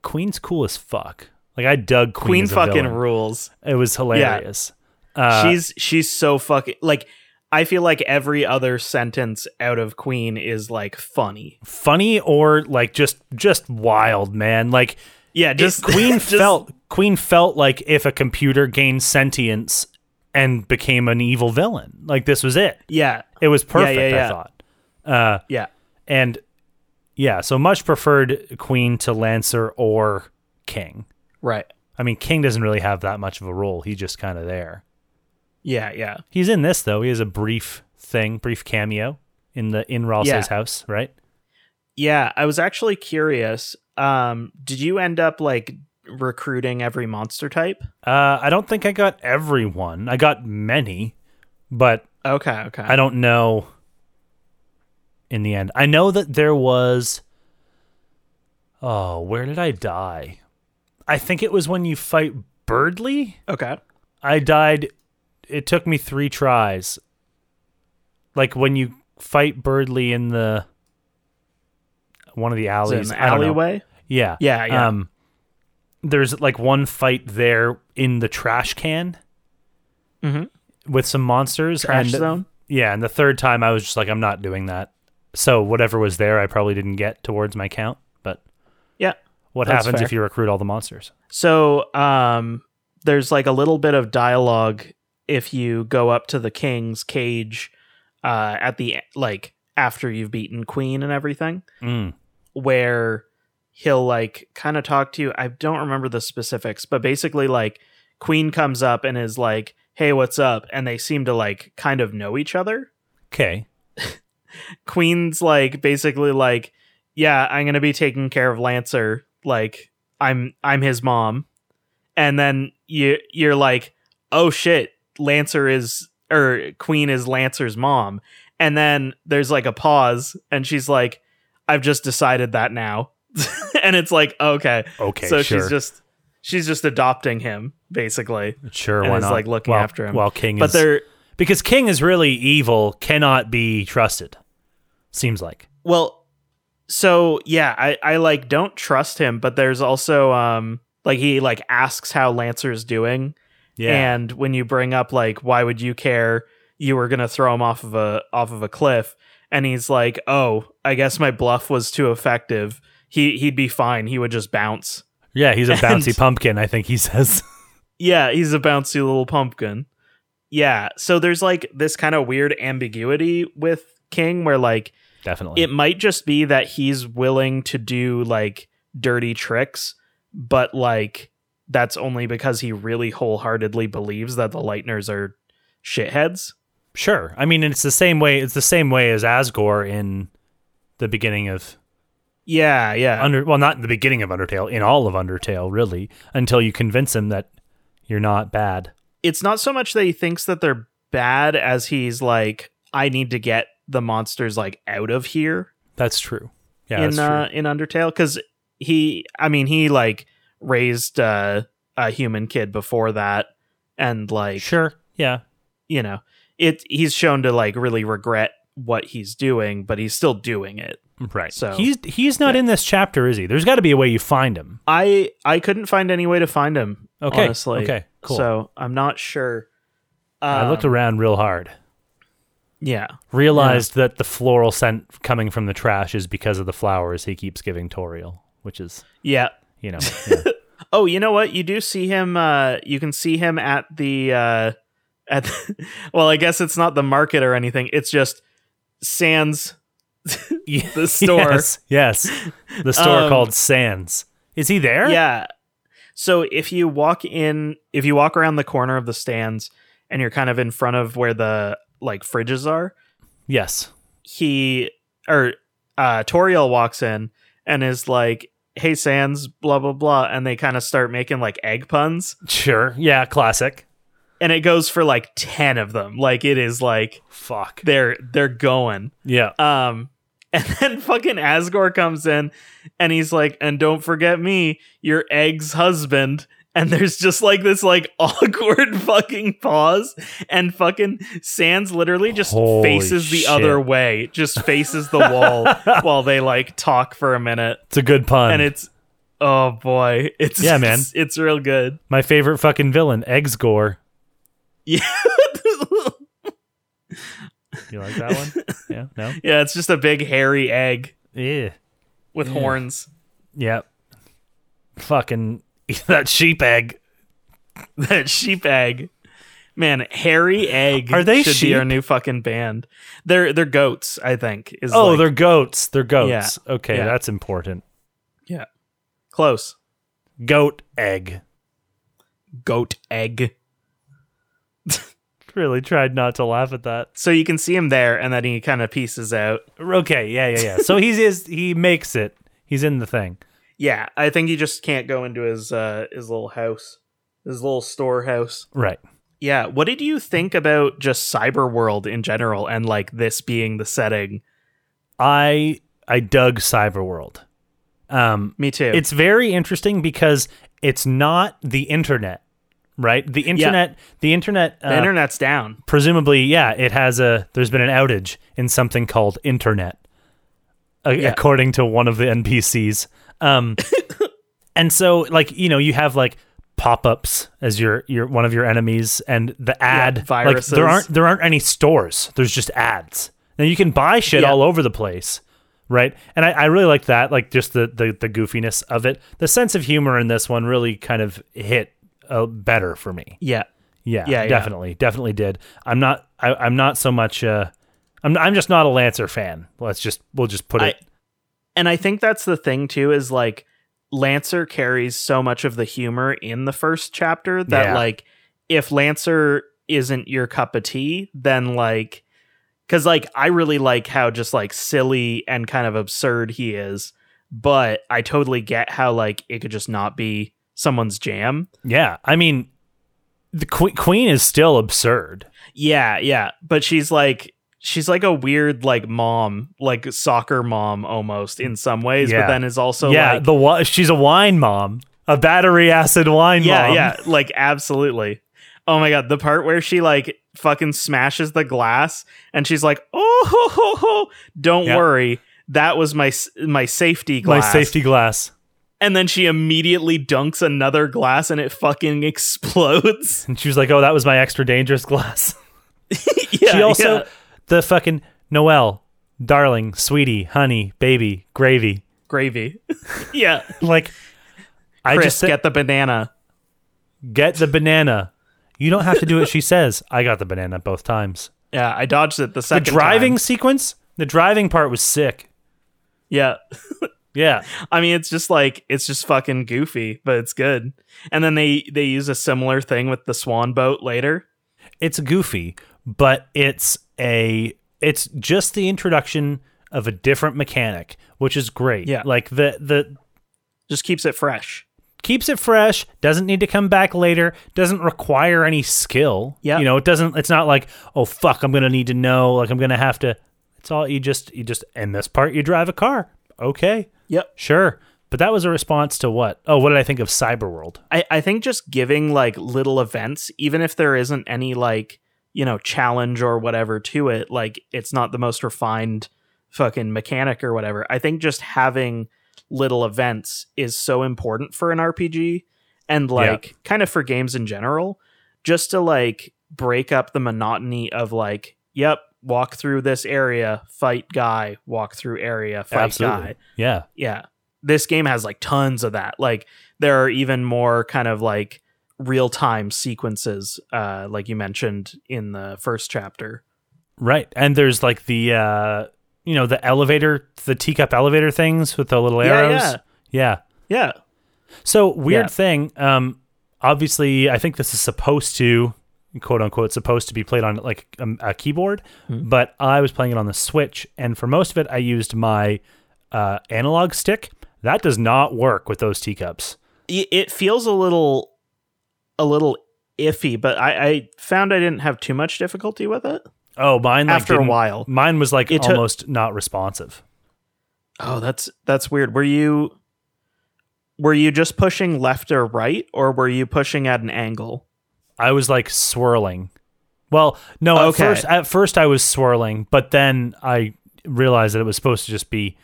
Queen's cool as fuck. Like I dug Queen.
queen
as a
fucking
villain.
rules
It was hilarious. Uh,
she's she's so fucking like I feel like every other sentence out of Queen is like funny.
funny or like just just wild, man. Like
Yeah, just [laughs]
just Queen
just-
felt Queen felt like if a computer gained sentience and became an evil villain. Like this was it.
Yeah,
It was perfect,
yeah.
I thought. Uh
yeah,
and yeah, so much preferred Queen to Lancer or King.
right.
I mean, King doesn't really have that much of a role. He's just kind of there.
Yeah, yeah,
He's in this though. He has a brief thing, brief cameo in the in Ross's
Yeah.
house, right?
yeah. I was actually curious. Um, did you end up like recruiting every monster type?
Uh, I don't think I got everyone. I got many, but
Okay, okay.
I don't know. In the end, I know that there was. Oh, where did I die? I think it was when you fight Birdly.
okay.
I died. It took me three tries. Like when you fight Birdly in the one of the
Is it
alleys,
an
I don't know.
alleyway?
Yeah,
Yeah, yeah.
Um, there's like one fight there in the trash can
Mhm.
with some monsters.
Trash
and,
zone.
Yeah, and the third time I was just like, I'm not doing that. So whatever was there, I probably didn't get towards my count. But
[laughs] Yeah.
what
That's
happens
fair.
if you recruit all the monsters?
So um, there's like a little bit of dialogue if you go up to the king's cage uh, at the like after you've beaten queen and everything,
Mm.
where he'll like kind of talk to you. I don't remember the specifics, but basically like queen comes up and is like, "Hey, what's up?" and they seem to like kind of know each other.
Okay.
Queen's like basically like, "Yeah, I'm going to be taking care of Lancer. Like I'm I'm his mom." And then you you're like, "Oh shit, Lancer is or Queen is Lancer's mom." And then there's like a pause and she's like, "I've just decided that now." [laughs] and it's like, "Okay."
Okay.
so
sure.
she's just she's just adopting him basically.
sure.
and
why
is,
not?
like, looking
While-
after him.
While King
But
is
they're
because King is really evil, cannot be trusted. Seems like.
Well, so yeah, I I like don't trust him, but there's also um like he like asks how Lancer's doing, and when you bring up like why would you care? You were gonna throw him off of a off of a cliff, and he's like, oh, I guess my bluff was too effective. He he'd be fine. He would just bounce.
yeah, he's a
and-
bouncy pumpkin. I think he says. [laughs]
Yeah, he's a bouncy little pumpkin. Yeah, so there's like this kind of weird ambiguity with King where like
Definitely.
it might just be that he's willing to do like dirty tricks but like that's only because he really wholeheartedly believes that the lightners are shitheads
Sure. I mean, it's the same way. It's the same way as Asgore in the beginning of
yeah yeah
under. Well, not in the beginning of Undertale. In all of Undertale, really, until you convince him that you're not bad.
it's not so much that he thinks that they're bad as he's like i need to get the monsters like out of here
That's true. Yeah,
in
that's
uh, in undertale because he i mean he like raised uh, a human kid before that and
true.
like
Sure. Yeah.
you know it he's shown to like really regret what he's doing but he's still doing it
Right.
So-
he's he's not in this chapter, is he? There's got to be a way you find him.
i i couldn't find any way to find him
Okay.
honestly
Okay. Cool.
so i'm not sure
I looked
Um,
around real hard.
yeah
Realized that the floral scent coming from the trash is because of the flowers he keeps giving Toriel, which is
yeah
you know. [laughs] yeah.
oh you know what you do see him uh you can see him at the uh at the, [laughs] well i guess it's not the market or anything it's just sans the
[laughs]
store
Yes, yes. the store
Um,
called Sands. Is he there?
Yeah. So if you walk in, if you walk around the corner of the stands and you're kind of in front of where the like fridges are,
Yes.
he or uh Toriel walks in and is like, "Hey Sans, blah blah blah," and they kind of start making like egg puns,
Sure. Yeah. Classic.
and it goes for like ten of them. Like it is like
Fuck.
they're they're going.
Yeah.
Um, and then [laughs] fucking Asgore comes in and he's like, and don't forget me, your egg's husband. And there's just like this like [laughs] awkward fucking pause, and fucking Sans literally just
Holy
faces the
shit.
other way, just faces the wall
[laughs]
while they like talk for a minute,
It's a good pun.
and it's oh boy, it's
Um, Yeah, man.
[laughs] it's, it's real good. [laughs]
my favorite fucking villain, Eggsgore.
Yeah.
You like that [laughs] one? yeah. No.
Yeah, it's just a big hairy egg
Yeah.
with horns.
Yep. Fucking [laughs] eat that sheep egg.
[laughs] That sheep egg. Man, hairy egg
Are they
should be our
sheep?
new fucking band. They're they're goats, I think. Is
Oh,
like-
they're goats. They're goats. Okay,
Yeah.
that's important.
yeah. Close.
Goat egg.
Goat egg.
Really tried not to laugh at that.
So you can see him there and then he kind of pieces out.
Okay, yeah, yeah, yeah. so he's is he makes it. He's in the thing.
Yeah, I think he just can't go into his uh his little house. His little storehouse.
Right.
Yeah. What did you think about just cyber world in general and like this being the setting?
I I dug Cyberworld. Um
Me too.
it's very interesting because it's not the internet, right? The internet the internet uh,
the internet's down.
presumably yeah, it has a there's been an outage in something called internet. a-
Yeah.
according to one of the NPCs.
[laughs]
Um, and so like you know you have like pop-ups as your your one of your enemies and the ad like
viruses.
there aren't there aren't any stores there's just ads now you can buy shit
Yeah.
all over the place right and I, I really like that like just the, the the goofiness of it the sense of humor in this one really kind of hit uh, better for me
Yeah.
yeah,
Yeah, yeah.
definitely, definitely did. I'm not. I, I'm not so much. Uh, I'm. I'm just not a Lancer fan. Let's just. We'll just put
I-
it.
And I think that's the thing too is like Lancer carries so much of the humor in the first chapter that
Yeah.
like if Lancer isn't your cup of tea, then like cuz like I really like how just like silly and kind of absurd he is, but I totally get how like it could just not be someone's jam.
Yeah. I mean, the Queen, Queen is still absurd.
Yeah, yeah. But she's like she's like a weird like mom, like soccer mom almost in some ways,
Yeah.
but then is also
yeah.
like
the wi- she's a wine mom, a battery acid wine
Yeah,
mom.
yeah, like absolutely. Oh my god, the part where she like fucking smashes the glass and she's like, "Oh, [laughs] ho, ho, ho, don't
Yeah.
worry." That was my s- my safety
My
glass.
safety glass,
And then she immediately dunks another glass and it fucking [laughs] explodes.
and she was like, "Oh, that was my extra dangerous glass." [laughs]
yeah.
she also
yeah.
the fucking Noelle, darling, sweetie, honey, baby, gravy.
gravy. [laughs] yeah.
Like, I
Chris,
just thi-
get the banana.
Get the banana. You don't have to do what
[laughs]
she says. I got the banana both times.
Yeah, I dodged it the
The
second
driving
time.
sequence, the driving part was sick.
Yeah.
Yeah.
I mean, it's just like it's just fucking goofy, but it's good. And then they they use a similar thing with the swan boat later.
It's goofy, but it's a it's just the introduction of a different mechanic, which is great.
Yeah.
Like the the
Just keeps it fresh.
keeps it fresh, doesn't need to come back later, doesn't require any skill.
Yeah.
You know, it doesn't it's not like, oh fuck, I'm gonna need to know, like I'm gonna have to it's all you just you just in this part you drive a car. Okay.
Yep.
Sure. But that was a response to what? Oh, what did I think of Cyberworld?
I, I think just giving like little events, even if there isn't any like, you know, challenge or whatever to it, like it's not the most refined fucking mechanic or whatever. I think just having little events is so important for an RPG and like kind of for games in general, just to like break up the monotony of like, yep, walk through this area, fight guy, walk through area, fight guy
Yeah.
yeah this game has like tons of that like there are even more kind of like real-time sequences uh like you mentioned in the first chapter
Right. And there's like the uh you know, the elevator the teacup elevator things with the little
Yeah,
arrows.
yeah.
yeah.
yeah
So weird
Yeah.
thing. Um, obviously, I think this is supposed to, quote unquote, supposed to be played on like um, a keyboard,
Hmm.
but I was playing it on the Switch, and for most of it, I used my uh, analog stick. That does not work with those teacups.
I- it feels a little a little iffy but i i found i didn't have too much difficulty with it
Oh, mine like,
after a
didn't-
while
Mine was like
It took-
almost not responsive.
oh that's that's weird were you were you just pushing left or right or were you pushing at an angle
I was like swirling. Well, no, at
Okay.
first at first I was swirling, but then I realized that it was supposed to just be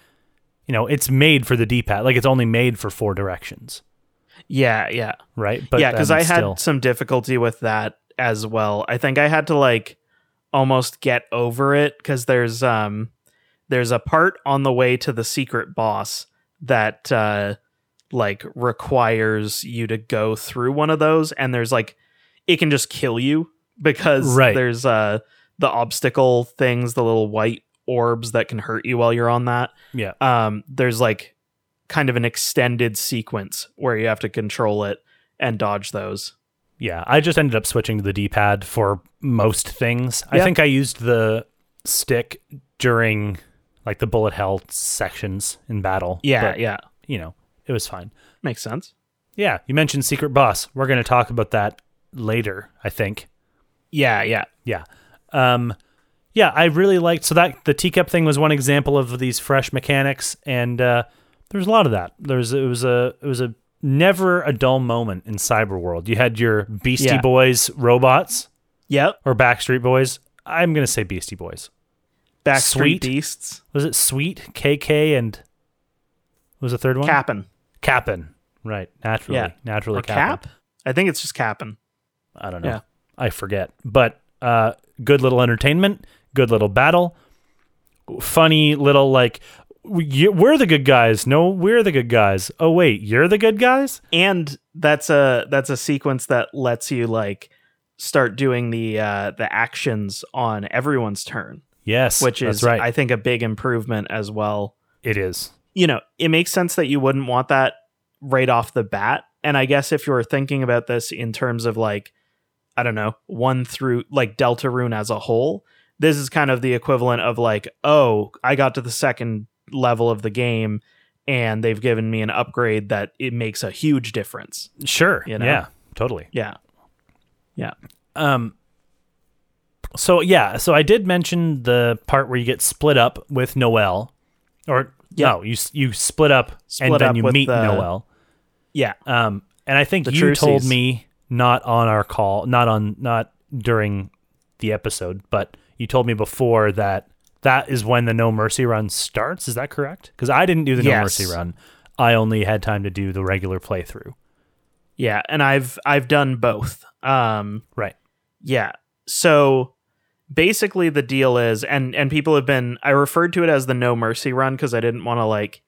you know, it's made for the D-pad. Like it's only made for four directions,
yeah yeah
right? But
yeah, because
then
I had
still-
some difficulty with that as well. I think I had to like almost get over it because there's um there's a part on the way to the secret boss that uh like requires you to go through one of those and there's like it can just kill you because
Right.
there's uh the obstacle things the little white orbs that can hurt you while you're on that
Yeah.
um there's like kind of an extended sequence where you have to control it and dodge those
Yeah, I just ended up switching to the D pad for most things. I
Yeah.
think I used the stick during like the bullet hell sections in battle.
yeah
but,
yeah
you know, it was fine.
makes sense
Yeah, you mentioned Secret Boss. We're going to talk about that later, I think.
yeah yeah
Yeah. Um, yeah, I really liked so that the teacup thing was one example of these fresh mechanics, and uh, there was a lot of that. There's it was a it was a never a dull moment in Cyberworld. You had your Beastie
Yeah.
Boys robots
yep
or Backstreet Boys. I'm gonna say Beastie Boys.
back
Sweet.
street beasts
Was it Sweet, KK, and what was the third one?
capping
Cap'n. Right. Naturally.
Yeah.
Naturally
or
Cap'n.
cap i think it's just capping
I don't know.
Yeah.
I forget. But uh, good little entertainment, good little battle, funny little like we- you- we're the good guys. No, we're the good guys. Oh wait, you're the good guys.
and that's a that's a sequence that lets you like start doing the uh the actions on everyone's turn
Yes,
which
that's
is
right.
i think a big improvement as well
it is.
you know, it makes sense that you wouldn't want that right off the bat. And I guess if you were thinking about this in terms of like, I don't know, one through like Deltarune as a whole, this is kind of the equivalent of like, oh, I got to the second level of the game and they've given me an upgrade that it makes a huge difference.
Sure.
You know?
Yeah. Totally.
Yeah.
Um. So yeah, so I did mention the part where you get split up with Noel, or
Yeah.
no, you s- you split up and
Split
then
up
you
with
meet
the-
Noel.
Yeah.
Um, and I think
The
you told
Trucies.
me not on our call, not on not during the episode, but you told me before that that is when the No Mercy run starts. Is that correct? Because I didn't do the No
Yes.
Mercy run. I only had time to do the regular playthrough.
Yeah. And I've I've done both. Um
Right.
Yeah. So basically the deal is and and people have been I referred to it as the no mercy run cuz I didn't want to like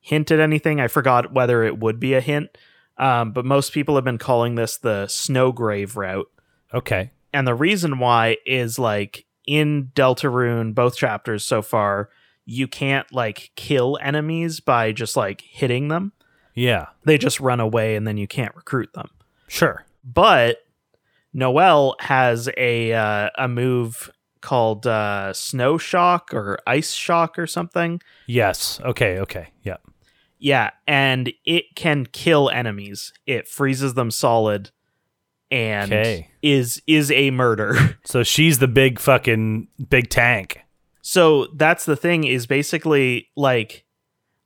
hint at anything. I forgot whether it would be a hint. Um, but most people have been calling this the snow grave route.
Okay.
And the reason why is like in Deltarune, both chapters so far, you can't like kill enemies by just like hitting them.
Yeah.
They just run away and then you can't recruit them
Sure.
but Noel has a uh, a move called uh, snow shock or ice shock or something.
Yes. Okay. Okay. Yeah.
Yeah, and it can kill enemies. It freezes them solid and
Okay.
is is a murder. [laughs]
So she's the big fucking big tank.
so that's the thing is basically like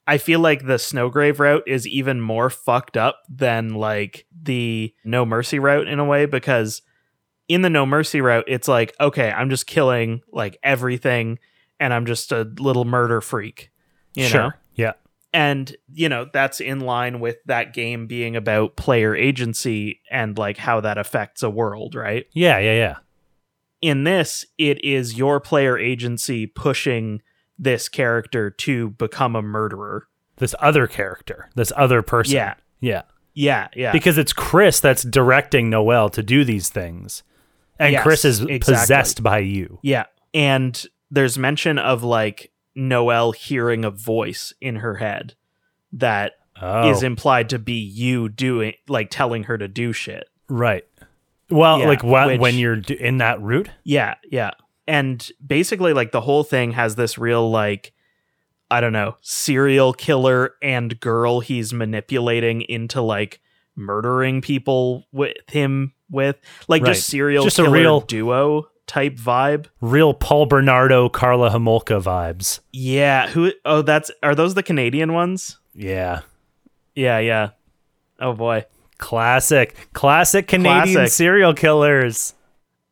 I feel like the Snowgrave route is even more fucked up than like the No Mercy route in a way because in the No Mercy route it's like okay, I'm just killing like everything and I'm just a little murder freak, you
sure.
know.
Yeah.
And you know, that's in line with that game being about player agency and like how that affects a world, right?
Yeah. Yeah. Yeah.
in this it is your player agency pushing this character to become a murderer
This other character. This other person.
Yeah.
Yeah.
yeah yeah
because it's Chris that's directing Noel to do these things, and
Yes,
Chris is
exactly.
possessed by you.
yeah and there's mention of like noelle hearing a voice in her head that is
Oh,
implied to be you doing like telling her to do shit
right. Well,
Yeah,
like wha-
which-
when you're d- in that route,
Yeah, yeah. And basically like the whole thing has this real like I don't know, serial killer and girl he's manipulating into like murdering people with him with like
Right.
just serial
Just a
killer
real-
duo type vibe.
real Paul Bernardo, Carla Homolka vibes.
Yeah, who oh that's are those the Canadian ones?
Yeah,
Yeah, yeah. Oh boy.
classic, classic Canadian
Classic.
serial killers.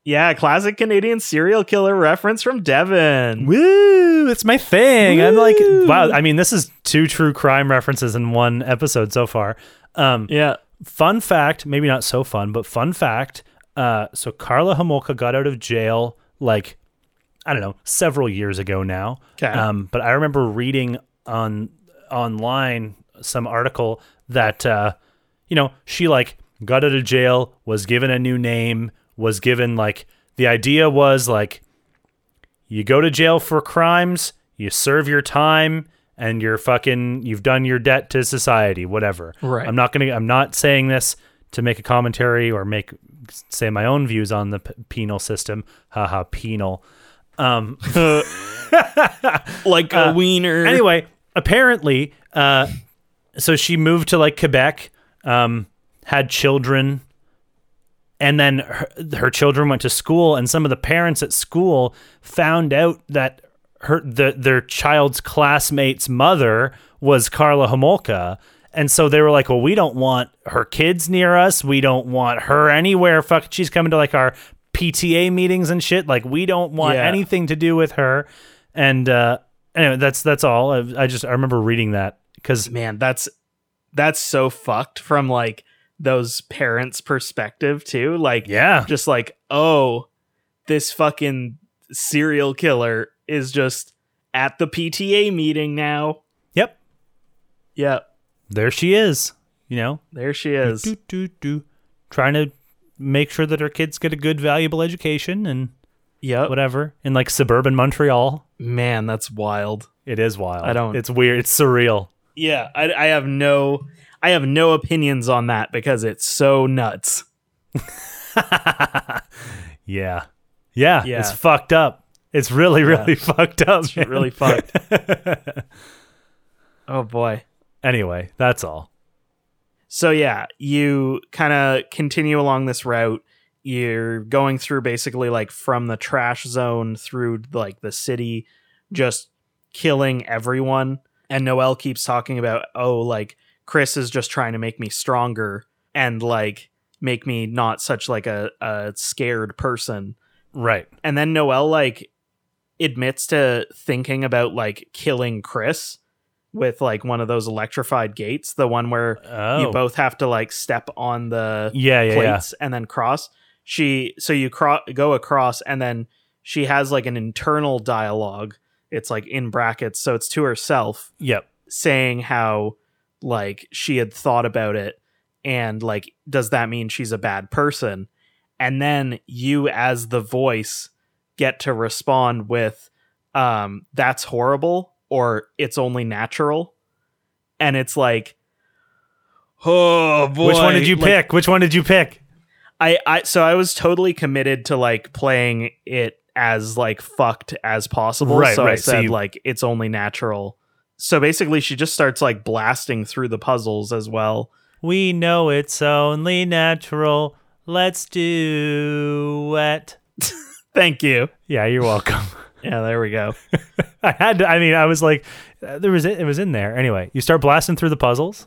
Yeah, classic Canadian serial killer reference from Devin.
Woo! It's my thing. I'm like,
Woo.
wow. I mean, this is two true crime references in one episode so far. Um,
yeah.
fun fact, maybe not so fun, but fun fact. Uh, so Carla Homolka got out of jail like I don't know, several years ago now.
'Kay.
Um, but I remember reading on online some article that uh, you know she like got out of jail, was given a new name, was given like the idea was like you go to jail for crimes, you serve your time, and you're fucking you've done your debt to society, whatever.
Right.
I'm not gonna. I'm not saying this to make a commentary or make say my own views on the p- penal system. Haha, penal. Um,
like a wiener.
anyway, apparently, uh, so she moved to like Quebec, um, had children, and then her, her children went to school, and some of the parents at school found out that her the, their child's classmate's mother was Carla Homolka. And so they were like, well, we don't want her kids near us. We don't want her anywhere. Fuck, she's coming to like our PTA meetings and shit. Like, we don't want
Yeah.
anything to do with her. And uh, anyway, that's that's all. I, I just I remember reading that because
man, that's that's so fucked from like those parents' perspective too. Like
yeah,
just like, oh, this fucking serial killer is just at the PTA meeting now.
yep,
Yep,
there she is. You know,
there she is.
do, do, do, trying to make sure that her kids get a good, valuable education and
Yep.
whatever in like suburban Montreal.
Man, that's wild.
It is wild.
I don't-
It's weird. It's surreal.
Yeah, I, I have no I have no opinions on that because it's so nuts. [laughs]
Yeah. Yeah.
Yeah.
It's fucked up. It's really, really [laughs] fucked up. man.
Really fucked. oh boy.
anyway, that's all.
So yeah, you kind of continue along this route. You're going through basically like from the trash zone through like the city, just killing everyone. And Noel keeps talking about, oh, like Chris is just trying to make me stronger and like make me not such like a, a scared person.
Right.
And then Noel like admits to thinking about like killing Chris with like one of those electrified gates, the one where
Oh.
you both have to like step on the
yeah. Yeah. Yeah.
plates and then cross she so you cro- go across and then she has like an internal dialogue it's like in brackets so it's to herself
Yep.
saying how like she had thought about it and like does that mean she's a bad person and then you as the voice get to respond with um that's horrible or it's only natural and it's like oh boy
Which one did you
Like,
pick? Which one did you pick?
I, I so I was totally committed to like playing it as like fucked as possible.
Right,
so I
right, so
said
you-
like it's only natural. So basically she just starts like blasting through the puzzles as well.
We know it's only natural. Let's do it.
Thank you.
Yeah, you're welcome. [laughs]
Yeah, there we go.
I had to, I mean, I was like, uh, there was it was in there. Anyway, you start blasting through the puzzles.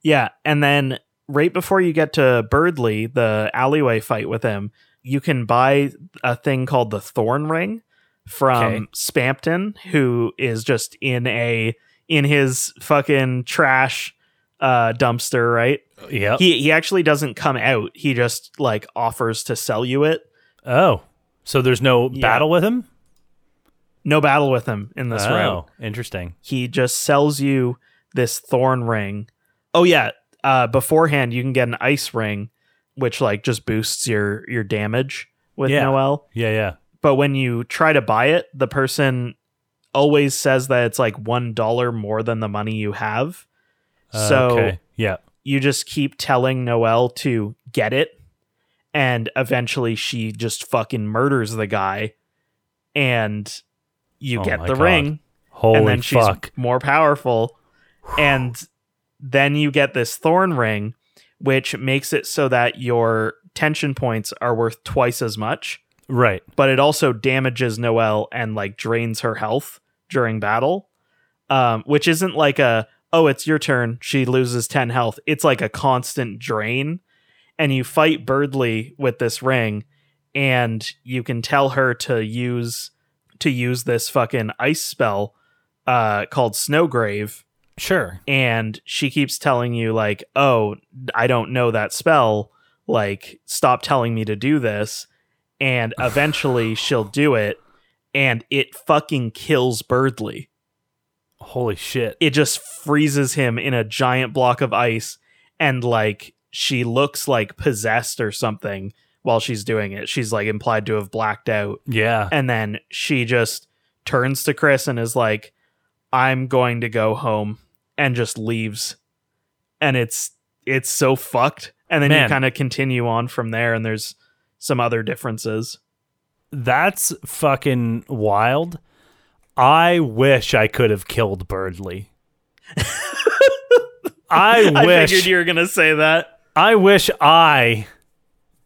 Yeah, and then right before you get to Birdley, the alleyway fight with him, you can buy a thing called the Thorn Ring from
Okay.
Spampton, who is just in a in his fucking trash uh, dumpster, right?
Yep.
He he actually doesn't come out. He just like offers to sell you it.
oh, so there's no
Yeah.
battle with him.
No battle with him in this
oh,
round.
interesting.
he just sells you this thorn ring. Oh yeah, uh, beforehand you can get an ice ring, which like just boosts your your damage with
Yeah.
Noel.
Yeah, yeah.
But when you try to buy it, the person always says that it's like one dollar more than the money you have.
Uh,
so
okay. yeah,
you just keep telling Noel to get it, and eventually she just fucking murders the guy, and you
Oh
get
my
the
God.
ring
holy
and then she's
fuck.
more powerful. and then you get this thorn ring, which makes it so that your tension points are worth twice as much,
Right.
but it also damages Noelle and like drains her health during battle. Um, which isn't like a oh, it's your turn. She loses 10 health. It's like a constant drain. And you fight Birdly with this ring, and you can tell her to use to use this fucking ice spell uh called Snowgrave
Sure.
and she keeps telling you like oh i don't know that spell like stop telling me to do this and eventually she'll do it and it fucking kills Birdly.
Holy shit.
It just freezes him in a giant block of ice, and like she looks like possessed or something while she's doing it. She's like implied to have blacked out.
Yeah.
And then she just turns to Chris and is like, I'm going to go home and just leaves. And it's it's so fucked. And then you
Man.
kind of continue on from there and there's some other differences.
That's fucking wild. I wish I could have killed
[laughs]
Birdly. I
I
wish
figured you were gonna say that.
I wish I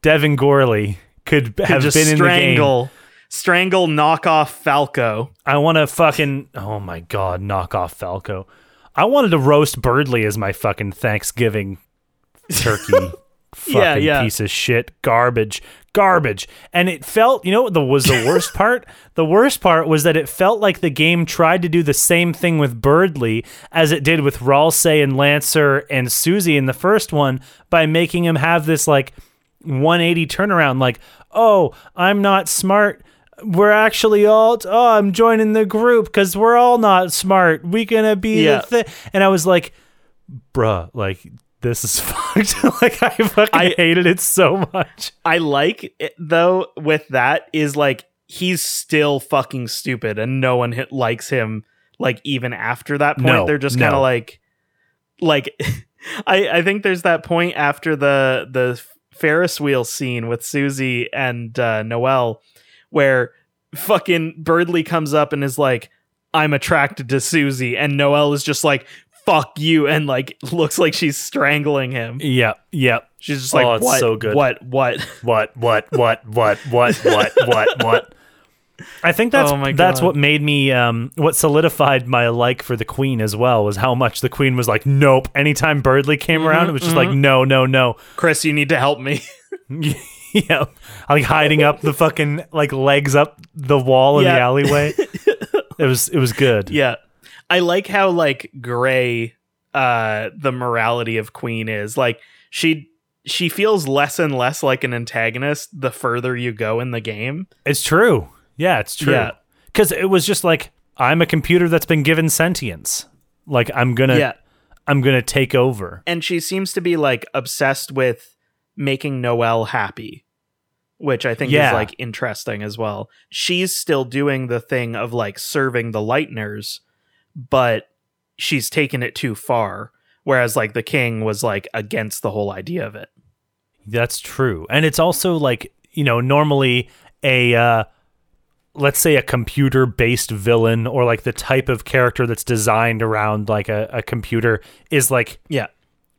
Devin Gorley could,
Could
have
just
been in the game.
strangle strangle knockoff Falco.
I want to fucking oh my god, knock off Falco. I wanted to roast Birdly as my fucking Thanksgiving turkey. fucking
[laughs] Yeah, yeah.
piece of shit, garbage, garbage. And it felt, you know, what the was the worst part. The worst part was that it felt like the game tried to do the same thing with Birdly as it did with Ralsei and Lancer and Susie in the first one by making him have this like 180 turnaround. Like, oh, I'm not smart. We're actually all. t- oh, I'm joining the group because we're all not smart. We gonna be
Yeah.
the thi-" And I was like, bruh, like this is [laughs] fucked. like I fucking
I-
hated it so much.
I like it, though with that is like he's still fucking stupid and no one hit, likes him like even after that point
No,
they're just kind of
no.
like like [laughs] I I think there's that point after the the Ferris wheel scene with Susie and uh Noel where fucking Birdley comes up and is like I'm attracted to Susie and Noel is just like fuck you and like looks like she's strangling him.
Yep, yep.
She's just like
Oh, it's
what
so good.
what what [laughs]
What, what, what, what, what, what, what, what. I think that's
Oh my
that's
God.
what made me um what solidified my like for the Queen as well was how much the Queen was like, Nope. Anytime Birdley came around, it was just
Mm-hmm.
like, no, no, no. [laughs]
Chris, you need to help me. [laughs]
yeah. Like hiding up the fucking like legs up the wall in the
Yeah. [laughs]
alleyway. it was it was good.
yeah. I like how like gray uh the morality of Queen is. Like she she feels less and less like an antagonist the further you go in the game.
It's true. Yeah, it's true.
Yeah.
Cuz it was just like I'm a computer that's been given sentience. Like I'm going to I'm going to take over.
And she seems to be like obsessed with making Noel happy, which I think
Yeah.
is like interesting as well. She's still doing the thing of like serving the Lightners, but she's taken it too far. Whereas like the king was like against the whole idea of it.
That's true. And it's also like, you know, normally a uh let's say a computer based villain or like the type of character that's designed around like a, a computer is like
Yeah.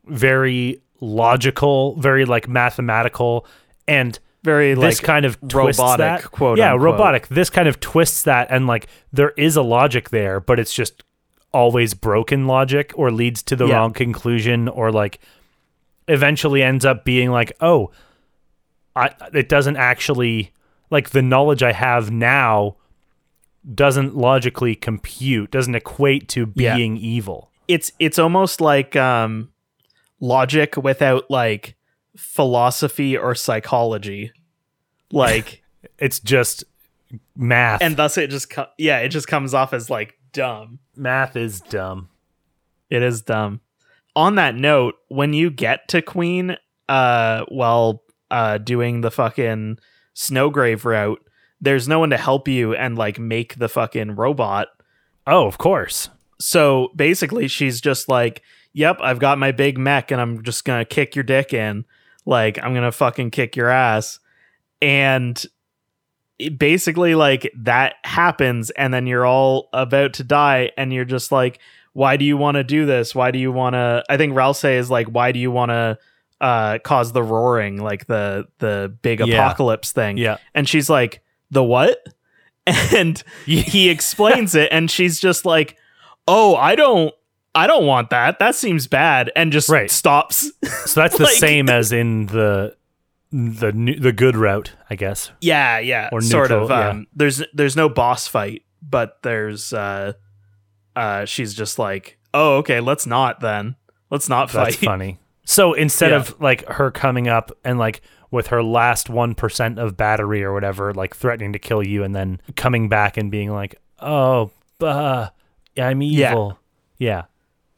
very logical, very like mathematical and
Very like
this kind of twists
robotic,
that.
quote
yeah,
unquote.
robotic. This kind of twists that, and like there is a logic there, but it's just always broken logic, or leads to the
Yeah.
wrong conclusion, or like eventually ends up being like, oh, I it doesn't actually like the knowledge I have now doesn't logically compute, doesn't equate to
Yeah.
being evil.
it's it's almost like um logic without like philosophy or psychology.
[laughs]
Like
It's just math,
and thus it just co- yeah, it just comes off as like dumb.
math is dumb.
It is dumb. On that note, when you get to Queen, uh, while uh, doing the fucking Snowgrave route, there's no one to help you and like make the fucking robot.
Oh, of course.
So basically, she's just like, "Yep, I've got my big mech, and I'm just gonna kick your dick in. Like, I'm gonna fucking kick your ass." And it basically, like that happens, and then you're all about to die, and you're just like, "Why do you want to do this? Why do you want to?" I think Ralsei is like, "Why do you want to uh, cause the roaring, like the the big
Yeah.
apocalypse thing?"
Yeah.
And she's like, "The what?" [laughs] And he explains it and she's just like oh i don't i don't want that that seems bad and just
Right.
stops [laughs]
So that's the
Like- [laughs]
same as in the the new, the good route, I guess.
yeah yeah
Or
sort of
neutral, yeah.
um there's there's no boss fight but there's uh uh she's just like oh okay let's not then let's not
That's
fight
funny. So instead
Yeah.
of like her coming up and like with her last 1% of battery or whatever, like threatening to kill you and then coming back and being like, oh, uh, I'm
Yeah.
evil. Yeah.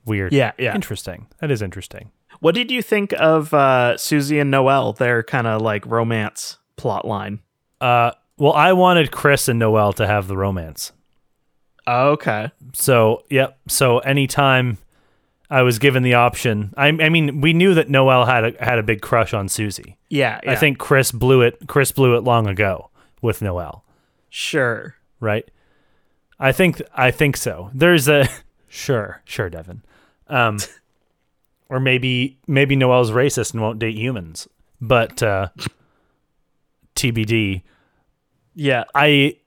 Weird.
[laughs] Yeah, yeah.
Interesting. That is interesting.
What did you think of uh, Susie and Noel? Their kind of like romance plot line.
Uh, well, I wanted Chris and Noel to have the romance.
Okay.
So, yep. So anytime I was given the option, I, I mean, we knew that Noel had a, had a big crush on Susie.
Yeah,
I
yeah.
think Chris blew it. Chris blew it long ago with Noel,
sure.
right? I think I think so. There's a [laughs] sure, sure, Devin, um, or maybe maybe Noel's racist and won't date humans, but uh, TBD.
Yeah.
I,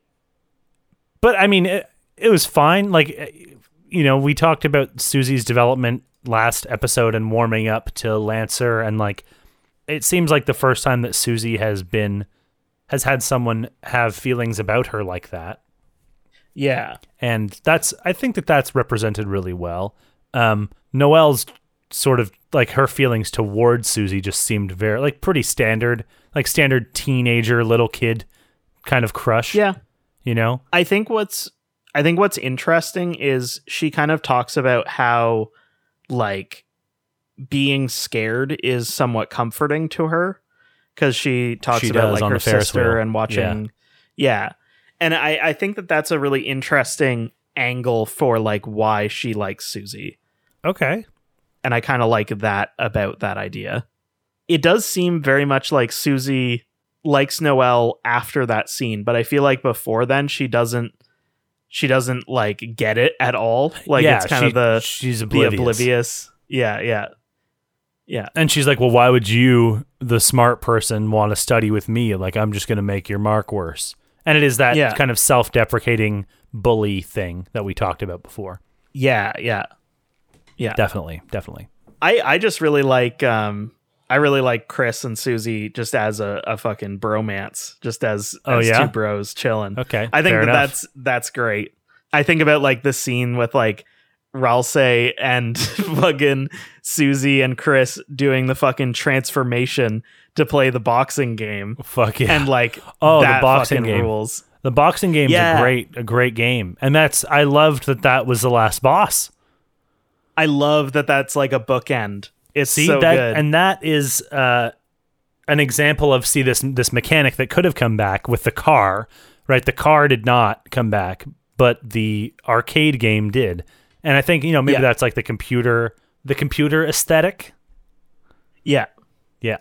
but I mean, it, it was fine. Like, eh, you know, we talked about Susie's development last episode and warming up to Lancer, and like, it seems like the first time that Susie has been, has had someone have feelings about her like that
Yeah.
and that's I think that that's represented really well. Um, Noelle's sort of like her feelings towards Susie just seemed very like pretty standard, like standard teenager little kid kind of crush.
Yeah.
you know.
I think what's I think what's interesting is she kind of talks about how like being scared is somewhat comforting to her because she talks
She
about
does
like
on
her
the Ferris
sister
wheel.
and watching yeah. and I I think that that's a really interesting angle for like why she likes Susie
Okay.
and I kind of like that about that idea. It does seem very much like Susie likes Noel after that scene, but I feel like before then she doesn't she doesn't like get it at all. Like it's kind of the
she's
the oblivious. Yeah, yeah.
And she's like, "Well, why would you, the smart person, want to study with me? Like, I'm just going to make your mark worse." And it is that
Yeah.
kind of self-deprecating bully thing that we talked about before.
Yeah, yeah.
Definitely, definitely.
I I just really like um I really like Chris and Susie just as a, a fucking bromance, just as,
Oh,
as
yeah?
two bros chilling.
Okay,
I think
fair
that
enough.
that's that's great. I think about like the scene with like Ralsei and [laughs] fucking Susie and Chris doing the fucking transformation to play the boxing game.
fuck yeah.
And like
Oh, the
that
boxing
fucking
game.
rules.
The boxing game's
Yeah.
a great a great game, and that's I loved that that was the last boss.
I love that that's like a bookend. It's
See
so
that,
good.
and that is uh, an example of see this this mechanic that could have come back with the car, right? The car did not come back, but the arcade game did, and I think you know maybe
Yeah.
that's like the computer the computer aesthetic.
yeah.
Yeah,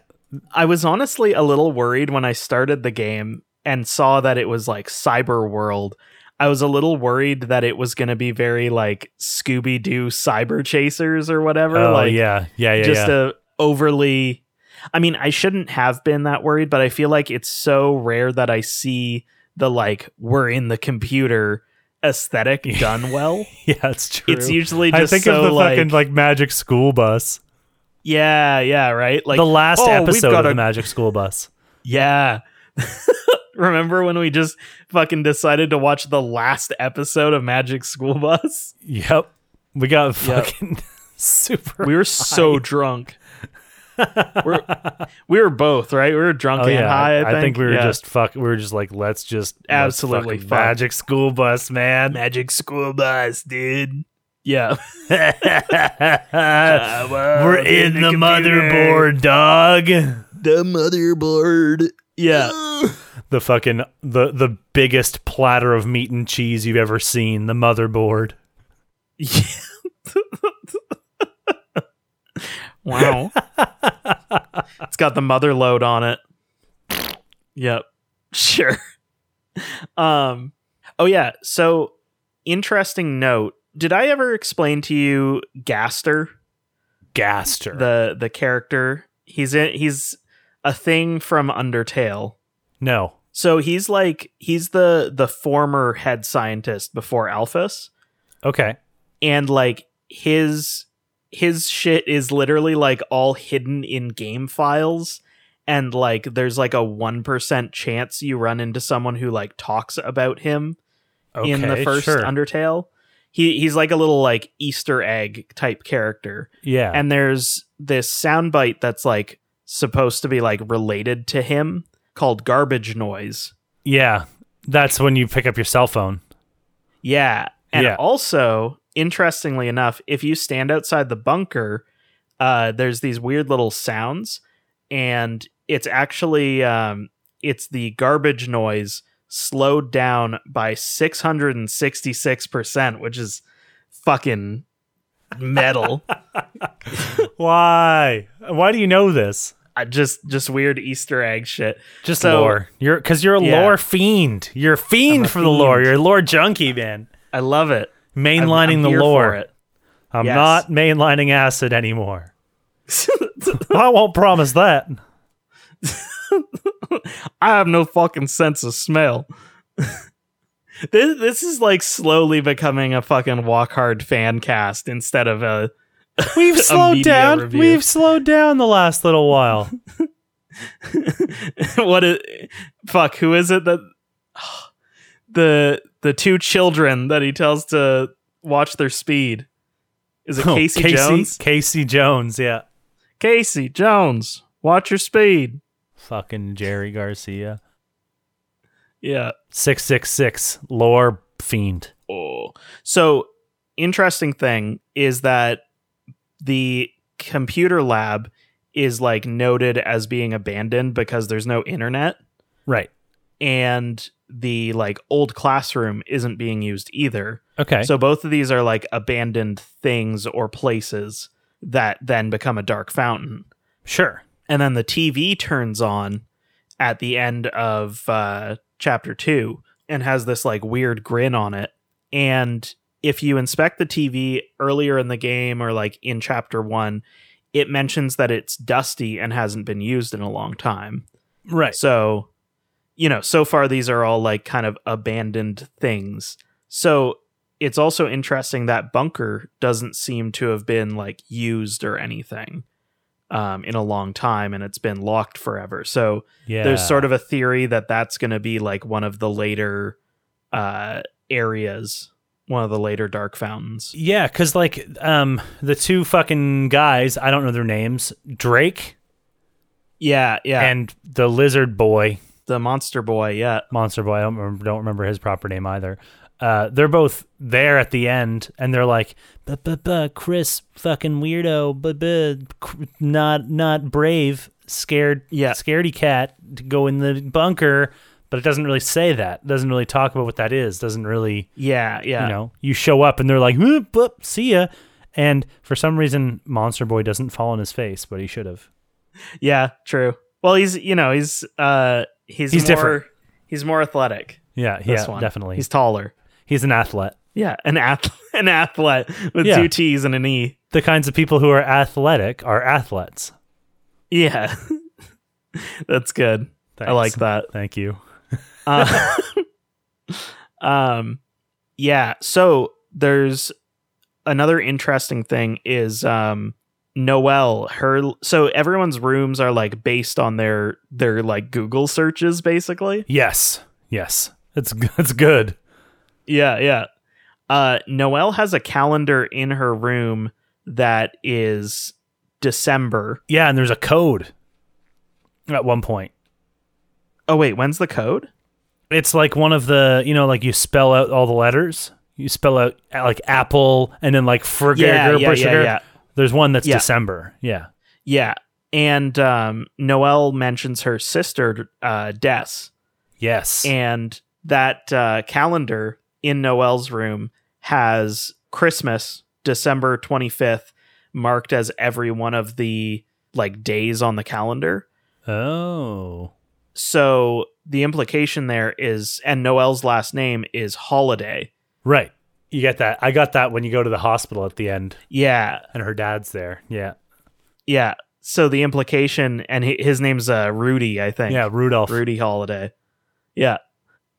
I was honestly a little worried when I started the game and saw that it was like Cyber World. I was a little worried that it was going to be very like Scooby Doo Cyber Chasers or whatever.
oh
like,
yeah, yeah, yeah,
just
yeah.
a overly. I mean, I shouldn't have been that worried, but I feel like it's so rare that I see the like we're in the computer
[laughs]
aesthetic done well.
[laughs] yeah, that's true.
It's usually just
I think
so
of the
like,
fucking like Magic School Bus,
yeah, yeah, right. Like
the last
oh, we've
episode
got
of
a
the Magic School Bus.
Yeah. [laughs] Remember when we just fucking decided to watch the last episode of Magic School Bus?
Yep. We got fucking [laughs] super.
We were so
[laughs]
drunk. we're, we were both, right? We were drunk
Oh,
and
yeah.
high. I think,
we were
Yeah.
just fuck. We were just like, let's just let's
Absolutely
fucking
fuck.
magic school bus, man.
Magic School Bus, dude. [laughs]
[laughs]
Yeah.
we're
Uh, well,
in the,
computer.
motherboard, dog.
The motherboard. Yeah. [laughs]
The fucking the the biggest platter of meat and cheese you've ever seen. The motherboard.
[laughs] wow. it's got the mother load on it. Yep. [laughs] Sure. Um oh yeah, so interesting note. Did I ever explain to you Gaster,
[laughs] Gaster.
the the character? He's in he's a thing from Undertale.
no.
So he's like he's the the former head scientist before Alphys
Okay.
and like his his shit is literally like all hidden in game files and like there's like a 1% chance you run into someone who like talks about him
Okay.
in the first
sure.
undertale he he's like a little like Easter egg type character.
Yeah.
And there's this soundbite that's like supposed to be like related to him called garbage noise.
yeah. That's when you pick up your cell phone.
Yeah. And
Yeah.
also, interestingly enough, if you stand outside the bunker, uh, there's these weird little sounds, and it's actually um, it's the garbage noise slowed down by 666%, which is fucking
[laughs]
metal.
Why? Why do you know this?
I just just weird Easter egg shit.
Just
So-
lore. You're because you're a
Yeah.
lore fiend. You're a fiend
a
for the lore.
fiend.
You're a lore junkie, man.
I love it. I'm-
Mainlining
I'm
the
here for
lore.
it.
I'm
Yes.
not mainlining acid anymore.
[laughs]
I won't promise that.
I have no fucking sense of smell. [laughs] this this is like slowly becoming a fucking walk hard fan cast instead of a [laughs]
We've slowed
media
down.
review.
We've slowed down the last little while.
[laughs] what it fuck who is it that [sighs] the the two children that he tells to watch their speed [laughs] is it
Oh,
Casey,
[laughs]
Jones
Casey Jones, yeah.
Casey Jones watch your speed
Fucking Jerry Garcia.
yeah
666 lore fiend.
Oh. So, interesting thing is that the computer lab is like noted as being abandoned because there's no internet
Right.
and the like old classroom isn't being used either.
Okay.
So both of these are like abandoned things or places that then become a dark fountain.
sure.
And then the TV turns on at the end of uh, chapter two and has this like weird grin on it. And if you inspect the TV earlier in the game or like in chapter one, it mentions that it's dusty and hasn't been used in a long time.
Right.
So, you know, so far these are all like kind of abandoned things. So it's also interesting that bunker doesn't seem to have been like used or anything um, in a long time, and it's been locked forever. So
Yeah.
there's sort of a theory that that's going to be like one of the later uh, areas, one of the later dark fountains.
Yeah, cuz like um the two fucking guys, I don't know their names, Drake
Yeah, yeah. And
and the lizard boy,
the monster boy. Yeah,
monster boy, I don't remember, don't remember his proper name either. Uh, they're both there at the end, and they're like, "Buh, buh, buh, "Chris, fucking weirdo, buh, buh, cr- not not brave, scared,
Yeah.
scaredy cat to go in the bunker." But it doesn't really say that. It doesn't really talk about what that is. Doesn't really,
yeah, yeah.
you know, you show up and they're like, "Huh, bup, "See ya," and for some reason, Monster Boy doesn't fall on his face, but he should have.
Yeah, true. Well, he's you know he's uh he's
He's
more,
different.
He's more athletic.
Yeah,
This
yeah,
one
definitely.
He's
He's,
taller.
he's an athlete.
Yeah, an ath- [laughs] an athlete with
Yeah.
two T's and an E.
The kinds of people who are athletic are athletes.
Yeah, [laughs] that's good. I
Thanks.
like
[laughs]
that.
Thank you.
Uh, [laughs] um, yeah. So there's another interesting thing is um Noelle her so everyone's rooms are like based on their their like Google searches basically.
Yes. Yes. It's g- [laughs] it's good.
Yeah, yeah. Uh, Noelle has a calendar in her room that is December.
Yeah, and there's a code at one point.
Oh wait, when's the code?
It's like one of the, you know, like you spell out all the letters. You spell out uh, like apple and then like frigger, There's one that's
Yeah.
December. Yeah.
Yeah. And um, Noelle mentions her sister, uh, Des,
Yes.
and that uh, calendar in Noelle's room has Christmas, December 25th, marked as every one of the like days on the calendar.
oh.
So the implication there is, and Noel's last name is Holiday.
Right. You get that. I got that when you go to the hospital at the end
Yeah,
and her dad's there. Yeah.
yeah. So the implication, and hi- his name's uh, Rudy, I think.
Yeah, Rudolph.
Rudy Holiday. Yeah.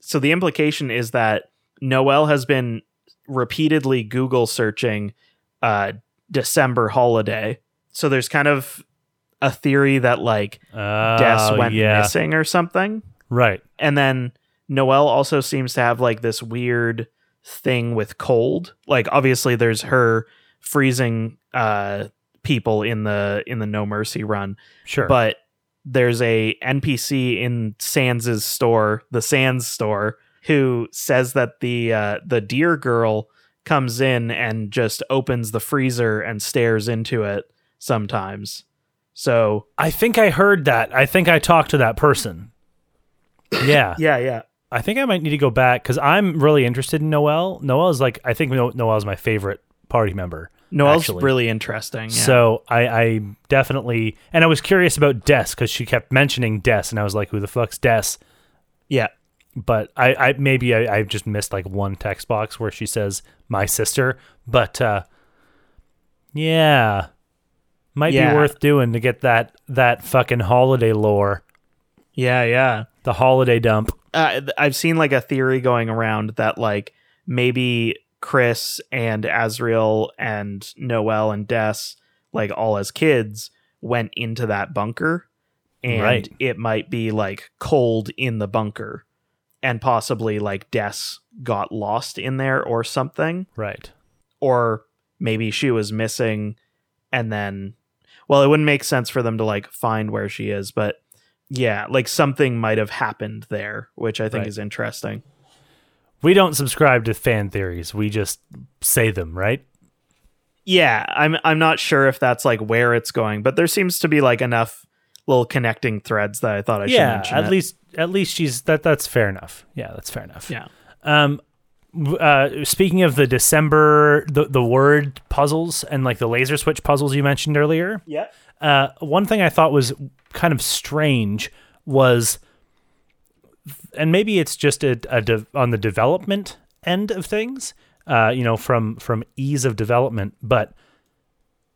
So the implication is that Noel has been repeatedly Google searching uh, December holiday. So there's kind of a theory that like
Oh,
Des went
yeah.
missing or something.
Right.
And then Noel also seems to have like this weird thing with cold. Like obviously there's her freezing uh people in the in the No Mercy run,
Sure.
but there's a NPC in Sands' store, the Sands store, who says that the uh, the deer girl comes in and just opens the freezer and stares into it sometimes. So
I think I heard that. I think I talked to that person. Yeah.
yeah, yeah,
I think I might need to go back because I'm really interested in Noel. Noel is like I think no- Noel is my favorite party member.
Noelle's
Actually.
really interesting. yeah.
So I, I definitely and I was curious about Des because she kept mentioning Des and I was like, who the fuck's Des?
yeah,
But I, I maybe I, I just missed like one text box where she says my sister. But uh, yeah, might
Yeah.
be worth doing to get that that fucking holiday lore,
yeah, yeah.
the holiday dump.
uh, th- I've seen like a theory going around that like maybe Chris and Azriel and Noel and Des, like all as kids, went into that bunker, and
Right.
it might be like cold in the bunker, and possibly like Des got lost in there or something,
Right.
or maybe she was missing, and then, well, it wouldn't make sense for them to like find where she is, but. Yeah, like something might have happened there, which I think
Right.
is interesting.
We don't subscribe to fan theories. We just say them, right?
yeah i'm i'm not sure if that's like where it's going but there seems to be like enough little connecting threads that i thought i should mention
at
it.
least at least she's that. That's fair enough. Yeah, that's fair enough.
yeah
Um, w- uh, speaking of the December, the the word puzzles and like the laser switch puzzles you mentioned earlier.
yeah
uh, one thing I thought was kind of strange was, and maybe it's just a, a de- on the development end of things, uh, you know, from from ease of development, but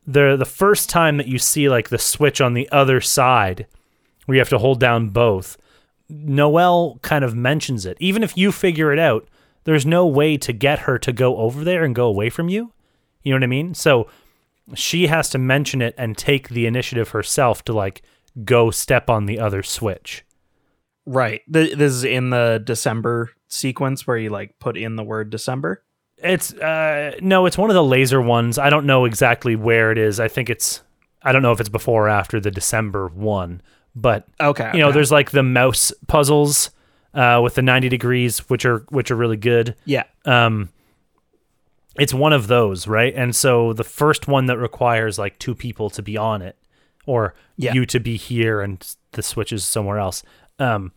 the the first time that you see like the switch on the other side, where you have to hold down both, Noelle kind of mentions it. Even if you figure it out, there's no way to get her to go over there and go away from you. You know what I mean? So she has to mention it and take the initiative herself to like go step on the other switch.
right Th- this is in the december sequence where you like put in the word december
It's uh no, it's one of the laser ones. I don't know exactly where it is. I think it's I don't know if it's before or after the December one, but
okay
you know,
okay.
there's like the mouse puzzles uh with the 90 degrees which are which are really good.
yeah uh,
um it's one of those right and so the first one that requires like two people to be on it or
Yeah.
you to be here and s- the switch is somewhere else um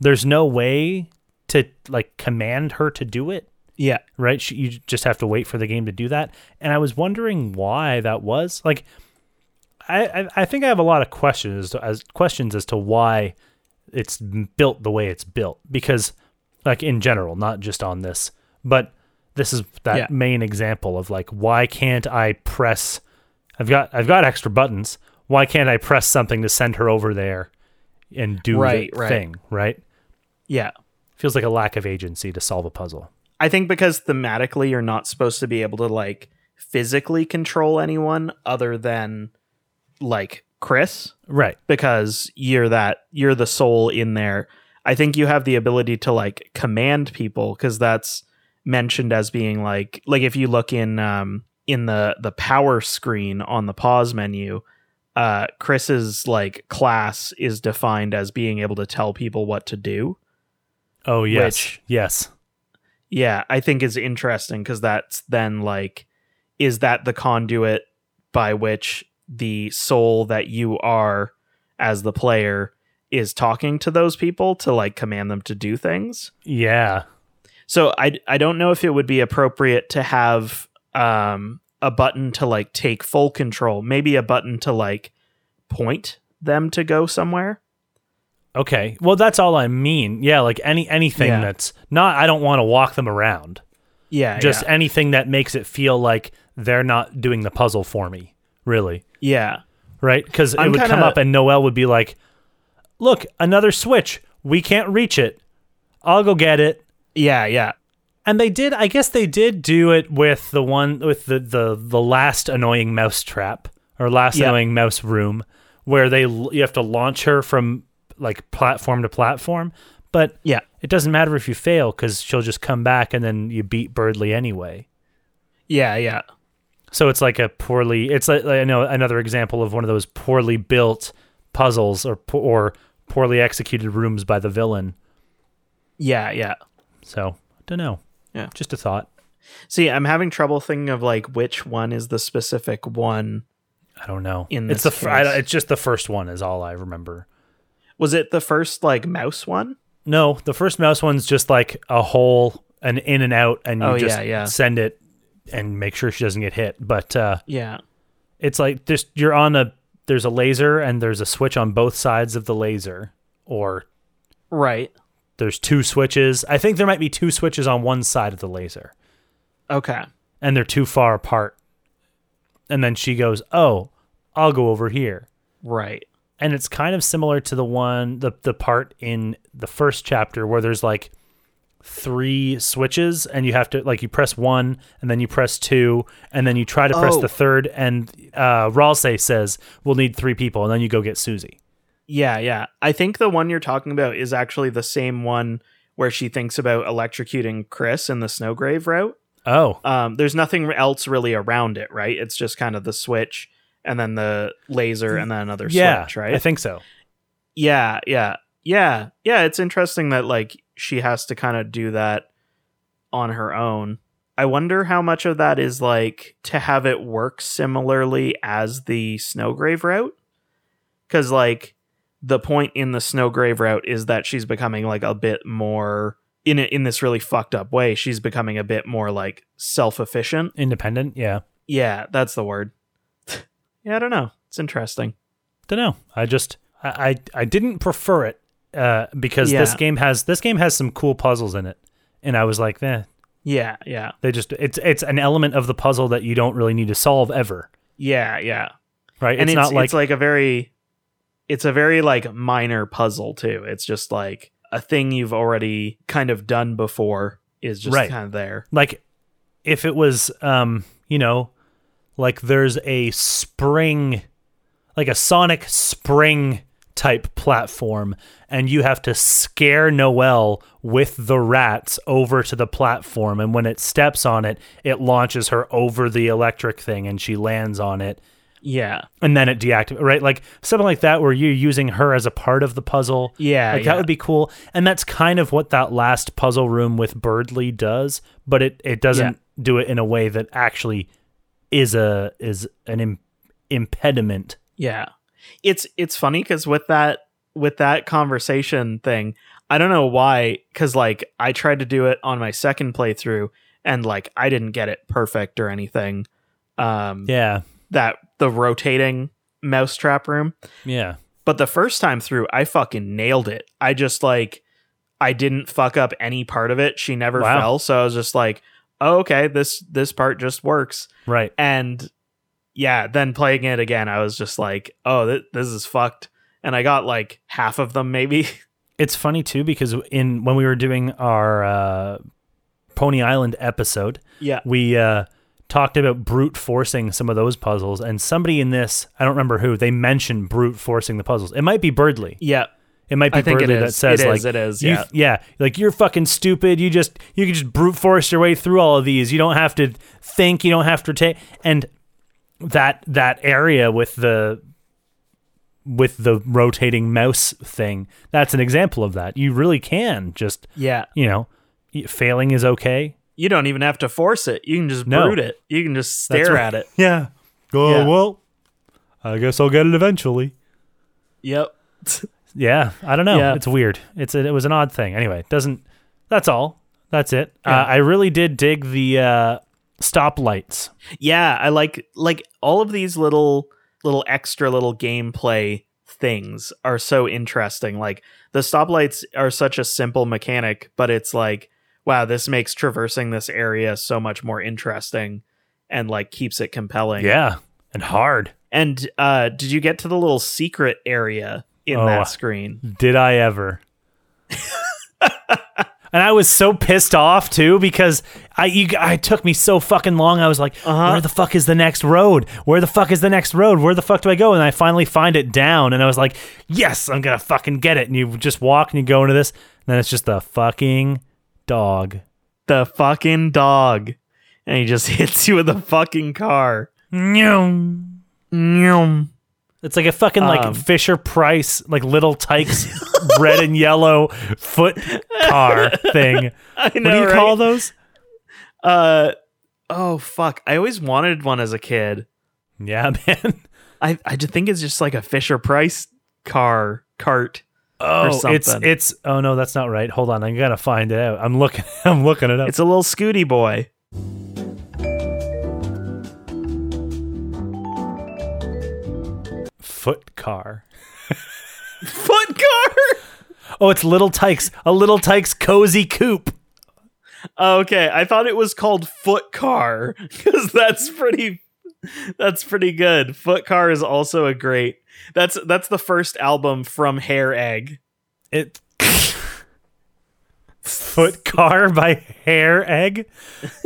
there's no way to like command her to do it
yeah
right She- you just have to wait for the game to do that and i was wondering why that was like i i, I think i have a lot of questions as, to- as questions as to why it's m- built the way it's built because like in general not just on this but this is that
Yeah.
main example of like why can't i press i've got i've got extra buttons why can't i press something to send her over there and do
Right,
the
right.
thing right
yeah
feels like a lack of agency to solve a puzzle
i think because thematically you're not supposed to be able to like physically control anyone other than like chris
right
because you're that you're the soul in there. I think you have the ability to like command people because that's mentioned as being like like if you look in um in the the power screen on the pause menu, uh Chris's like class is defined as being able to tell people what to do.
oh yes
Which-
yes
Yeah, I think is interesting because that's then like, is that the conduit by which the soul that you are as the player is talking to those people to like command them to do things?
Yeah.
So I I don't know if it would be appropriate to have um a button to like take full control, maybe a button to like point them to go somewhere.
Okay. Well, that's all I mean. Yeah, like any anything
Yeah. Uh,
that's not I don't want to walk them around.
Yeah,
Just anything that makes it feel like they're not doing the puzzle for me, really.
yeah,
Right? Cuz it
I'm
would come
kinda-
up and Noel would be like, "Look, another switch. We can't reach it. I'll go get it."
yeah, yeah, yeah.
And they did, I guess they did do it with the one with the the, the last annoying mouse trap or last
Yeah.
annoying mouse room where they l- you have to launch her from like platform to platform, But
Yeah.
it doesn't matter if you fail because she'll just come back and then you beat Birdly anyway.
Yeah, yeah.
So it's like a poorly. It's like, like, I know another example of one of those poorly built puzzles or po- or poorly executed rooms by the villain.
Yeah, yeah.
So I don't know.
Yeah.
just a thought.
See, I'm having trouble thinking of like which one is the specific one.
I don't know.
In
it's the
this
fir- I-
case.
it's just the first one is all I remember.
Was it the first like mouse one?
No, the first mouse one's just like a hole, an in and out, and you
Oh,
just
yeah, yeah.
send it and make sure she doesn't get hit. But uh,
Yeah.
it's like there's you're on a there's a laser and there's a switch on both sides of the laser, or
Right.
there's two switches. I think there might be two switches on one side of the laser,
Okay.
and they're too far apart. And then she goes, "Oh, I'll go over here."
Right.
and it's kind of similar to the one the the part in the first chapter where there's like three switches and you have to like you press one and then you press two and then you try to press
Oh.
the third and uh Ralse says we'll need three people and then you go get Susie.
Yeah, yeah. I think the one you're talking about is actually the same one where she thinks about electrocuting Chris in the Snowgrave route.
Oh.
Um, there's nothing else really around it, right? It's just kind of the switch and then the laser and then another
yeah,
switch, right?
I think so.
yeah, yeah. Yeah. Yeah, it's interesting that like she has to kind of do that on her own. I wonder how much of that is like to have it work similarly as the Snowgrave route. Cuz like the point in the Snowgrave route is that she's becoming like a bit more in a, in this really fucked up way, she's becoming a bit more like self-efficient.
Independent, yeah.
Yeah, that's the word. [laughs] yeah, I don't know. It's interesting.
Don't know. I just I I, I didn't prefer it uh because this
Yeah.
game has this game has some cool puzzles in it. And I was like, eh,
Yeah, yeah.
they just it's it's an element of the puzzle that you don't really need to solve ever.
Yeah, yeah.
right?
and
it's,
it's,
not like,
it's like a very it's a very like minor puzzle too it's just like a thing you've already kind of done before is just
Right.
kind of there
like if it was um you know like there's a spring like a sonic spring type platform and you have to scare Noelle with the rats over to the platform and when it steps on it it launches her over the electric thing and she lands on it
yeah
and then it deactivates right like something like that where you're using her as a part of the puzzle
yeah
like that would be cool and that's kind of what that last puzzle room with birdly does but it it doesn't do it in a way that actually is a is an Im- impediment
yeah it's it's funny because with that with that conversation thing i don't know why because like i tried to do it on my second playthrough and like i didn't get it perfect or anything um
yeah
that the rotating mousetrap room
yeah
But the first time through, I fucking nailed it. I just like I didn't fuck up any part of it. She never
Wow.
fell, so I was just like, oh, "Okay, this this part just works."
right
And yeah, then playing it again, I was just like, "Oh, th- this is fucked." And I got like half of them maybe. [laughs]
it's funny too because in when we were doing our uh pony island episode
yeah.
we uh, talked about brute forcing some of those puzzles, and somebody in this, I don't remember who, they mentioned brute forcing the puzzles. It might be Birdley.
Yeah.
It might be
I think it
Birdley that
is.
says
it
like,
is, it is.
you-
Yeah.
like you're fucking stupid. You just you can just brute force your way through all of these. You don't have to think. You don't have to take and that that area with the with the rotating mouse thing. That's an example of that. You really can just
yeah.
you know y- failing is okay.
You don't even have to force it. You can just
No.
brute it. You can just stare
right. [laughs]
at it.
Yeah. Oh
Yeah.
well, I guess I'll get it eventually.
Yep.
Yeah, I don't know.
Yeah.
It's weird. It's a, it was an odd thing. Anyway, it doesn't. That's all. That's it.
Yeah.
Uh, I really did dig the uh, stoplights.
yeah i like like all of these little little extra little gameplay things are so interesting like the stoplights are such a simple mechanic but it's like wow this makes traversing this area so much more interesting and like keeps it compelling
Yeah, and hard.
and uh did you get to the little secret area in
Oh, I-
[laughs] that screen
Did I ever? And I was so pissed off too because I you, I it took me so fucking long. I was like,
Uh-huh.
where the fuck is the next road? Where the fuck is the next road? Where the fuck do I go? And I finally find it down, and I was like, yes, I'm gonna fucking get it. And you just walk and you go into this, and then it's just the fucking dog.
The fucking dog. And he just [laughs] hits you with the fucking car.
Nyum.
Nyum.
It's like a fucking
Um,
like Fisher Price, like little Tyke's red and yellow foot [laughs] car thing.
I
what
know.
do you
right?
call those?
Uh, oh fuck! I always wanted one as a kid.
Yeah, [laughs] man.
I I just think it's just like a Fisher Price car cart.
Oh, it's
something.
it's. Oh no, that's not right. Hold on, I'm gonna find it out. I'm looking. [laughs] I'm looking it up.
It's a little Scooty boy.
foot car.
Foot car.
Oh, it's little Tyke's. A little Tyke's cozy coop.
okay, I thought it was called Foot Car because that's pretty. That's pretty good. Foot Car is also a great. That's that's the first album from Hair Egg.
It. Foot car by Hair Egg,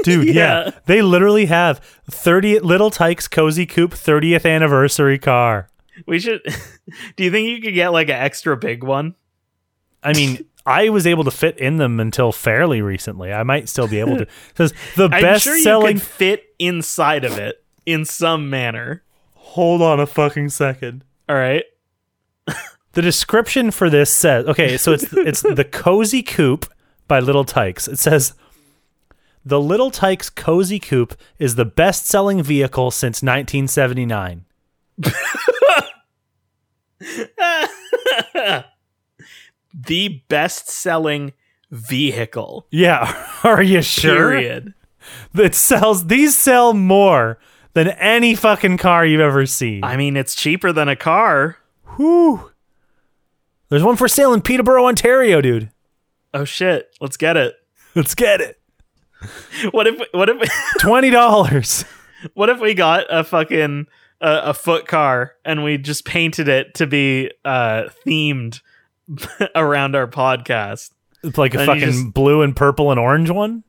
dude. Yeah.
Yeah.
they literally have thirty little Tyke's cozy coop thirtieth anniversary car.
We should. [laughs] do you think you could get like an extra big one?
I mean, I was able to fit in them until fairly recently. I might still be able to. It Says the
I'm
best
sure
selling.
you could fit inside of it in some manner.
Hold on a fucking second.
All right.
The description for this says okay, so it's it's the cozy coop by Little Tykes. It says the Little Tykes cozy coop is the best selling vehicle since 1979.
the best selling vehicle.
Yeah, are you sure?
Period.
It sells these sell more than any fucking car you've ever seen.
I mean, it's cheaper than a car.
Whew. There's one for sale in Peterborough, Ontario, dude.
Oh shit, let's get it.
Let's get it.
What if what if [laughs]
Twenty dollars. [laughs]
what if we got a fucking uh, a foot car and we just painted it to be uh themed [laughs] around our podcast?
It's like a
And you
fucking
just-
blue and purple and orange one.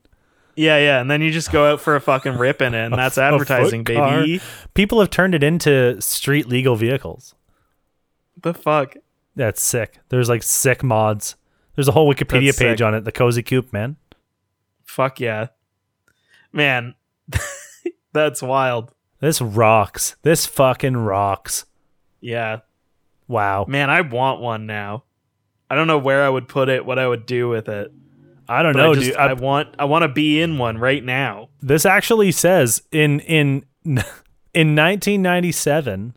Yeah, yeah, and then you just go out for a fucking rip in it, and that's
A foot
advertising,
car.
baby.
People have turned it into street legal vehicles.
The fuck?
That's sick. There's like sick mods. There's a whole Wikipedia
That's
page
sick.
on it. The cozy coop, man.
Fuck yeah. Man, [laughs] that's wild.
This rocks. This fucking rocks.
Yeah.
Wow.
Man, I want one now. I don't know where I would put it, what I would do with it.
I don't
but
know,
I, just,
dude. I-
I want I want to be in one right now.
this actually says in in [laughs] in 1997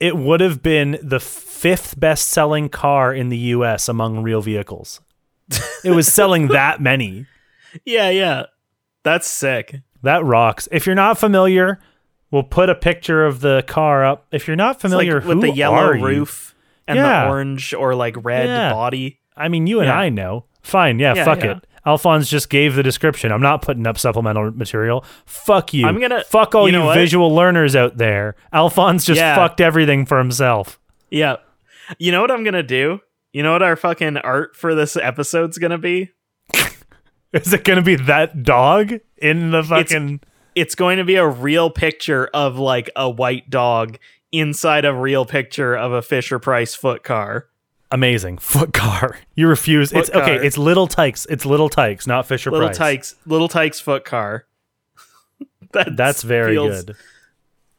it would have been the fifth best-selling car in the US among real vehicles. it was selling that many.
Yeah, yeah. That's sick.
That rocks. If you're not familiar, we'll put a picture of the car up. If you're not
It's
familiar
like with
who
the yellow
are you?
roof and
Yeah.
the orange or like red
Yeah.
body.
I mean, you and
Yeah.
I know. Fine, yeah,
Yeah,
fuck
yeah.
it. Alphonse just gave the description. I'm not putting up supplemental material. Fuck you.
I'm gonna-
fuck all
you
you,
know what?
visual learners out there. Alphonse just
Yeah.
fucked everything for himself. [laughs]
Yeah. You know what I'm gonna do? You know what our fucking art for this episode's gonna be?
Is it gonna be that dog in the fucking?
it's going to be a real picture of like a white dog inside a real picture of a Fisher Price foot car.
Amazing foot car. You refuse. it's
Foot
okay.
car.
It's Little Tykes. It's Little Tykes, not Fisher
Little
Price.
Tyke's little Tyke's foot car. [laughs] That's,
That's very
feels-
good.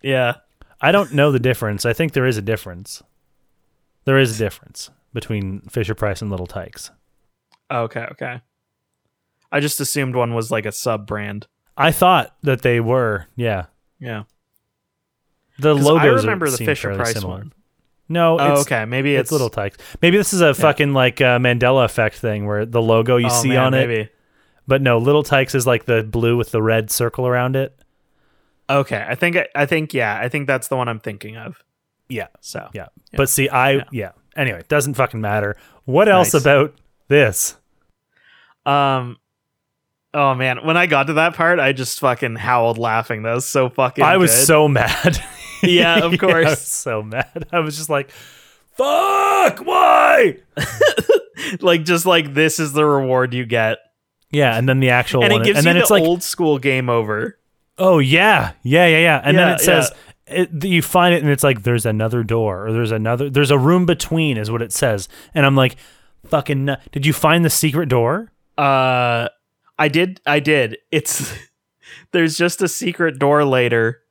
Yeah.
I don't know the difference. I think there is a difference. There is a difference between Fisher Price and Little Tykes.
Oh, Okay, okay. I just assumed one was like a sub brand.
I thought that they were. Yeah.
Yeah.
The
'Cause I
logos are-
remember the
seem
Fisher
fairly
Price
similar.
one.
No,
Oh,
it's,
okay. Maybe
it's,
it's,
little Tykes. Maybe this is a fucking like uh, Mandela effect thing where the logo you
Oh,
see
man,
on it,
Maybe.
but no, little Tykes is like the blue with the red circle around it.
Okay. I think I, I think yeah, I think that's the one I'm thinking of.
Yeah,
So
yeah. But see, I yeah.
Yeah.
Anyway, doesn't fucking matter. What else
Nice.
about this?
Um Oh man, when I got to that part, I just fucking howled laughing. That was so fucking
I was
good.
so [laughs] mad.
[laughs]
[laughs]
Yeah,
I
of
was [laughs]
course.
so mad. I was just like, "Fuck! Why?"
like just like this is the reward you get,
Yeah, and then the actual
and
one,
it gives
and
you
then
the
it's like,
old school game over.
oh yeah, yeah, yeah, yeah, and then
Yeah,
it says it, you find it, and it's like there's another door or there's another there's a room between is what it says, and I'm like, fucking, nu- did you find the secret door?
Uh, I did, I did. It's [laughs] there's just a secret door later,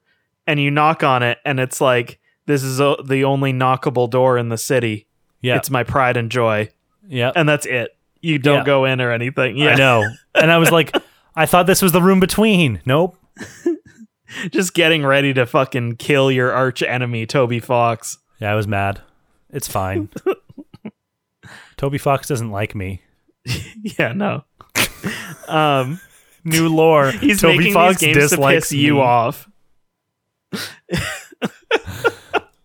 and you knock on it, and it's like this is o- the only knockable door in the city.
Yeah,
It's my pride and joy,
yeah,
and that's it. You don't
Yeah.
go in or anything. Yeah,
I
[laughs]
know, and I was like, I thought this was the room between. Nope.
[laughs] just getting ready to fucking kill your arch enemy, Toby Fox. [laughs]
Yeah, I was mad. It's fine. Toby Fox doesn't like me.
yeah, no. [laughs] um,
New lore.
[laughs] he's
Toby
making
Fox
these games to
dislikes
piss you
me.
off.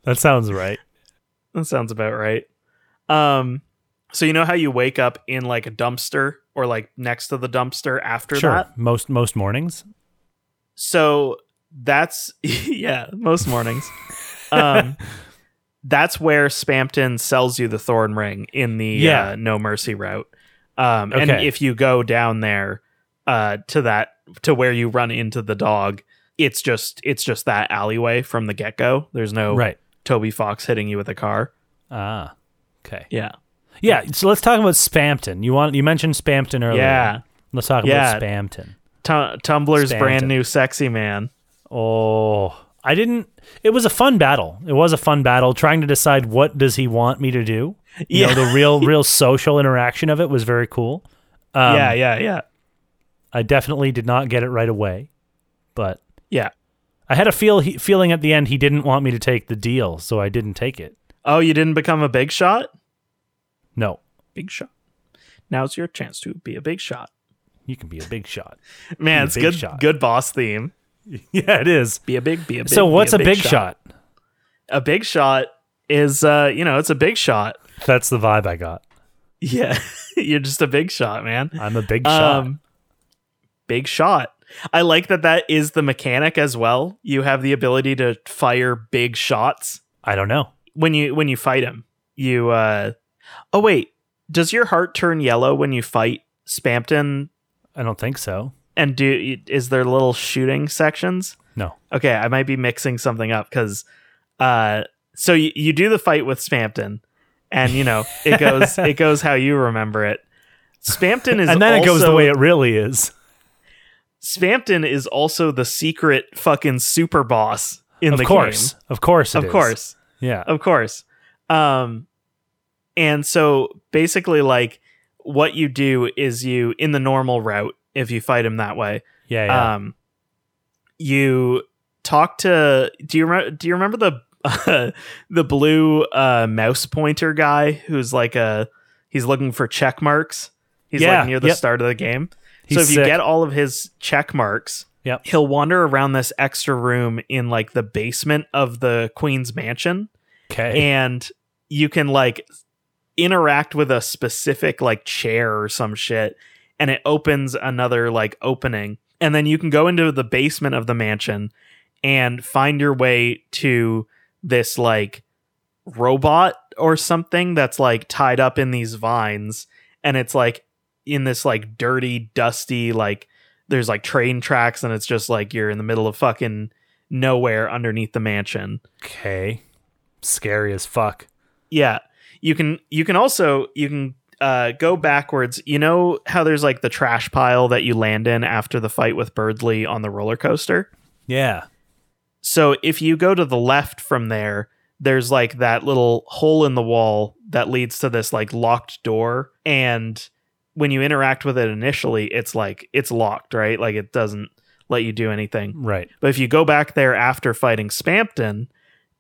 That sounds right.
That sounds about right. Um, so you know how you wake up in like a dumpster or like next to the dumpster after
sure.
that?
Most most mornings.
So that's [laughs] yeah, most mornings.
[laughs]
um, that's where Spampton sells you the thorn ring in the
Yeah.
uh, no mercy route. Um, and
Okay.
if you go down there uh, to that to where you run into the dog, it's just it's just that alleyway from the get go. There's no
Right.
Toby Fox hitting you with a car.
Ah. Okay.
Yeah,
Yeah. So let's talk about Spampton. You want you mentioned Spampton earlier.
yeah.
Let's talk
Yeah.
about Spampton.
Tu- Tumblr's
Stanton.
brand new sexy man.
Oh, I didn't. It was a fun battle. It was a fun battle trying to decide what does he want me to do. You know, the
[laughs]
real real social interaction of it was very cool. Um,
yeah, yeah, yeah,
I definitely did not get it right away, but
yeah.
I had a feel he, feeling at the end he didn't want me to take the deal, so I didn't take it.
Oh, you didn't become a big shot?
No,
Big shot. Now's your chance to be a big shot.
you can be a big shot.
Man,
Be a
it's
big
good.
shot.
Good boss theme.
yeah, it is.
Be a big. Be a big.
so
be
what's a big, shot?
A big shot is, uh, you know, it's a big shot.
That's the vibe I got.
Yeah, [laughs] you're just a big shot, man.
I'm a big shot.
Um, big shot. I like that. That is the mechanic as well. You have the ability to fire big shots.
I don't know.
when you when you fight him you uh oh wait does your heart turn yellow when you fight spampton
I don't think so.
and do is there little shooting sections
No.
okay i might be mixing something up because uh so you, you do the fight with spampton and you know it
[laughs]
goes it goes how you remember it spampton is
and then it goes the
also-
way it really is.
spampton is also the secret fucking super boss in
of
the
course. Of course. it
game of
is.
course
Yeah.
of course um and so basically like what you do is you in the normal route if you fight him that way
Yeah. Yeah.
um you talk to do you remember do you remember the the [laughs] blue uh mouse pointer guy who's like a he's looking for check marks he's
Yeah,
like near the
yep.
start of the game
He's
so if you
sick.
get all of his check marks,
Yep.
he'll wander around this extra room in like the basement of the Queen's mansion
okay.
and you can like interact with a specific like chair or some shit and it opens another like opening and then you can go into the basement of the mansion and find your way to this like robot or something that's like tied up in these vines and it's like in this like dirty dusty like there's like train tracks and it's just like you're in the middle of fucking nowhere underneath the mansion
okay. Scary as fuck.
yeah. You can you can also you can uh go backwards. You know how there's like the trash pile that you land in after the fight with Birdley on the roller coaster?
Yeah.
So if you go to the left from there, there's like that little hole in the wall that leads to this like locked door and when you interact with it initially, it's like it's locked, right? Like it doesn't let you do anything.
Right.
But if you go back there after fighting Spampton,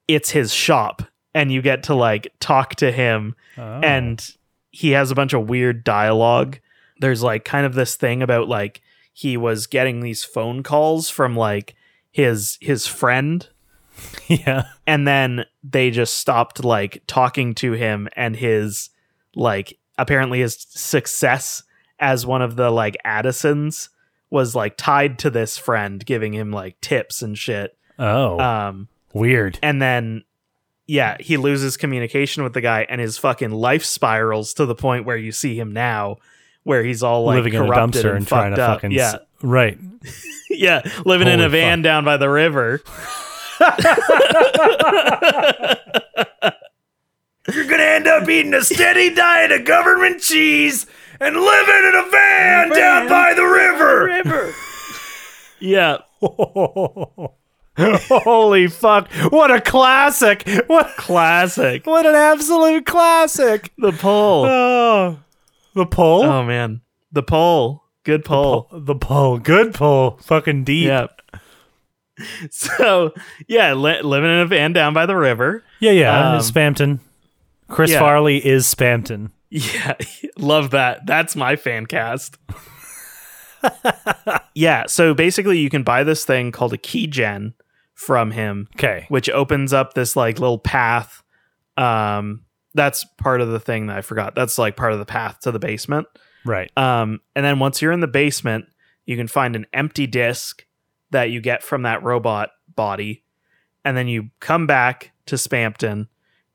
it's his shop and you get to like talk to him
Oh.
and he has a bunch of weird dialogue. There's like kind of this thing about like he was getting these phone calls from like his his friend
[laughs] yeah.
and then they just stopped like talking to him and his like apparently his success as one of the like Addisons was like tied to this friend giving him like tips and shit.
Oh.
Um
weird.
and then yeah, he loses communication with the guy and his fucking life spirals to the point where you see him now where he's all like
living in a
corrupted
dumpster and, trying
fucked
to
up.
fucking
yeah.
s- right.
[laughs] Yeah, living in
Holy
a van down by the
[laughs]
river.
You're gonna end up eating a steady diet of government cheese and living in a van down by the [laughs] river.
River. yeah.
[laughs] Holy fuck! What a classic! What [laughs]
Classic.
what an absolute classic!
The pole.
Oh, the pole,
Oh man. The pole. Good pole.
the pole, good pole, fucking deep.
Yeah. [laughs] So, yeah, li- living in a van down by the river.
yeah, yeah.
Um,
it's Spamton. Chris
yeah.
Farley is Spamton.
Yeah, [laughs] love that. That's my fan [laughs] cast. yeah, so basically you can buy this thing called a key gen from him,
Okay.
which opens up this like little path. Um that's part of the thing that I forgot. That's like part of the path to the basement.
Right.
Um, and then once you're in the basement, you can find an empty disc that you get from that robot body. And then you come back to Spampton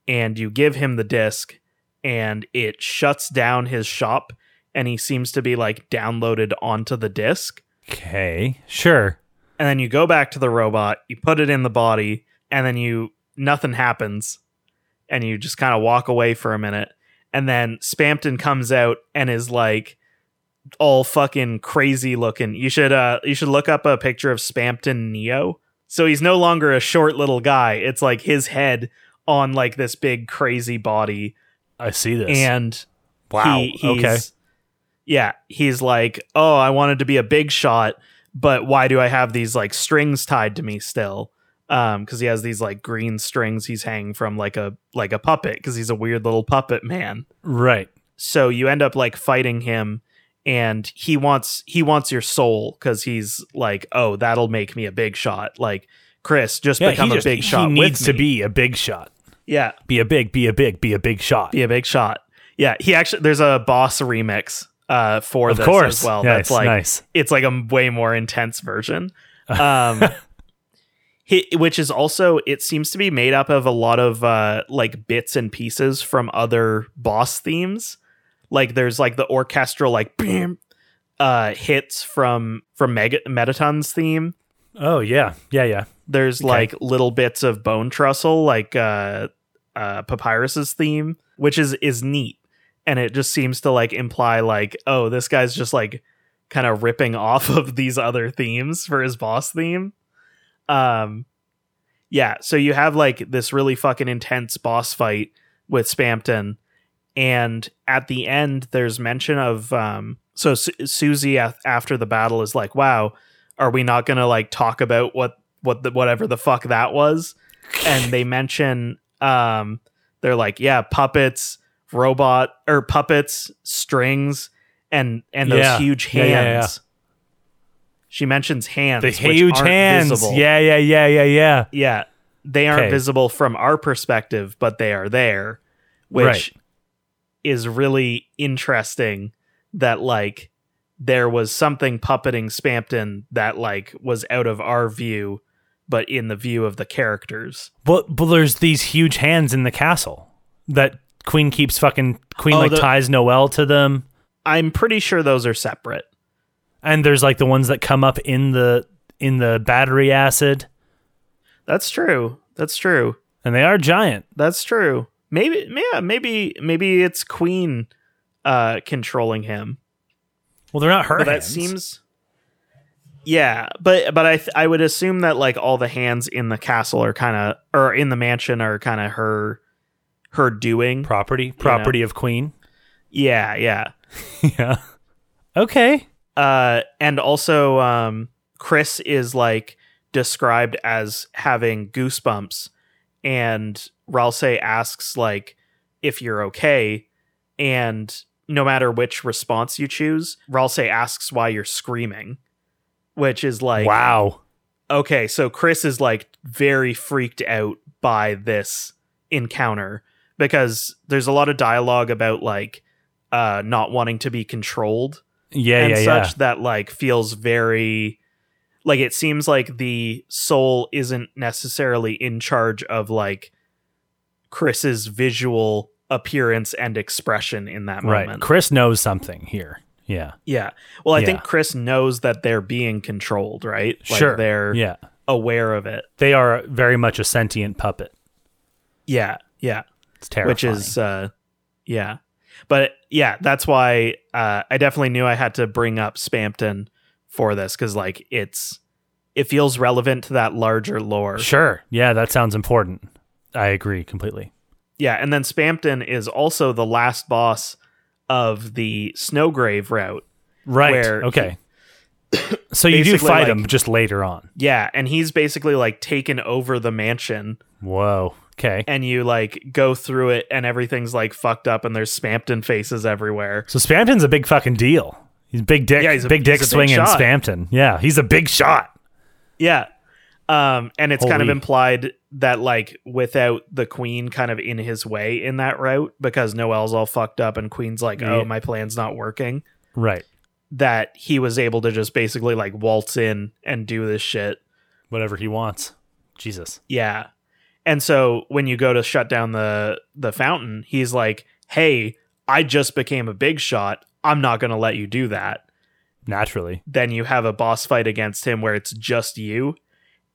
and you give him the disc, and it shuts down his shop. And he seems to be like downloaded onto the disc.
Okay. Sure.
And then you go back to the robot, you put it in the body, and then you nothing happens. And you just kind of walk away for a minute. And then Spampton comes out and is like all fucking crazy looking. You should uh you should look up a picture of Spampton Neo. So he's no longer a short little guy. It's like his head on like this big crazy body.
I see this.
And
wow.
he- he's,
okay.
Yeah, he's like, oh, I wanted to be a big shot, but why do I have these like strings tied to me still? Um, because he has these like green strings he's hanging from like a like a puppet because he's a weird little puppet man.
Right.
So you end up like fighting him, and he wants he wants your soul because he's like, oh, that'll make me a big shot. Like Chris, just become a
just-
big shot.
He
with
needs to
me."
be a big shot.
yeah,
Be a big, be a big, be a big shot.
be a big shot. Yeah, he actually there's a boss remix uh for
Of
this
course.
as well.
Nice,
that's like
nice.
it's like a way more
[laughs]
intense version. Um he- which is also it seems to be made up of a lot of uh like bits and pieces from other boss themes. Like there's like the orchestral like bam uh hits from from Mega- Metaton's theme
Oh yeah, yeah, yeah.
there's
Okay.
like little bits of bone trestle like uh uh papyrus's theme which is is neat and it just seems to like imply like oh this guy's just like kind of ripping [laughs] off of these other themes for his boss theme um yeah so you have like this really fucking intense boss fight with spampton and at the end there's mention of um so Su- susie af- after the battle is like wow are we not gonna like talk about what what the whatever the fuck that was and they mention um they're like yeah puppets robot or puppets strings and and those
Yeah.
huge
Yeah,
hands
yeah, yeah.
she mentions hands
The
which
huge
aren't
hands.
visible.
Yeah, yeah, yeah, yeah, yeah.
yeah they aren't
Okay.
visible from our perspective but they are there which
Right.
is really interesting that like there was something puppeting Spampton that like was out of our view but in the view of the characters.
But but there's these huge hands in the castle that Queen keeps fucking Queen
Oh,
like
the-
ties Noel to them,
I'm pretty sure those are separate.
and there's like the ones that come up in the in the battery acid,
That's true. That's true.
and they are giant.
That's true. Maybe yeah, maybe maybe it's Queen uh controlling him.
Well, they're not her.
but that
hands.
seems yeah but but i th- i would assume that like all the hands in the castle are kind of or in the mansion are kind of her her doing
property property of Queen.
yeah [laughs] yeah
yeah. Okay.
uh and also um chris is like described as having goosebumps and Ralsei asks like if you're okay and no matter which response you choose Ralsei asks why you're screaming which is like
wow.
okay, so Chris is like very freaked out by this encounter because there's a lot of dialogue about like uh not wanting to be controlled
Yeah,
and
yeah,
such that like feels very like it seems like the soul isn't necessarily in charge of like Chris's visual appearance and expression in that
right.
moment.
Chris knows something here. Yeah.
Yeah. Well, I
Yeah.
think Chris knows that they're being controlled, right?
Sure.
Like they're
Yeah.
aware of it.
They are very much a sentient puppet.
Yeah. Yeah.
It's terrifying.
Which is uh yeah. But yeah, that's why uh I definitely knew I had to bring up Spampton for this cuz like it's it feels relevant to that larger lore.
sure. Yeah, that sounds important. I agree completely.
Yeah, and then Spampton is also the last boss of the Snowgrave route.
Right.
Where
okay. so you do
basically,
fight
like-
him just later on.
Yeah, and he's basically like taken over the mansion
Whoa. Okay.
and you like go through it and everything's like fucked up and there's Spampton faces everywhere.
So Spampton's a big fucking deal. He's big dick.
Yeah, he's a-
big dick
he's a big
swinging
shot.
Spampton. Yeah, he's a big shot.
Yeah. Um and it's kind of
Holy.
implied that like without the queen kind of in his way in that route because Noel's all fucked up and queen's like,
Yeah.
"Oh, my plan's not working."
Right.
That he was able to just basically like waltz in and do this shit.
Whatever he wants. Jesus.
Yeah. And so when you go to shut down the the fountain, he's like, "Hey, I just became a big shot. I'm not going to let you do that."
Naturally.
then you have a boss fight against him where it's just you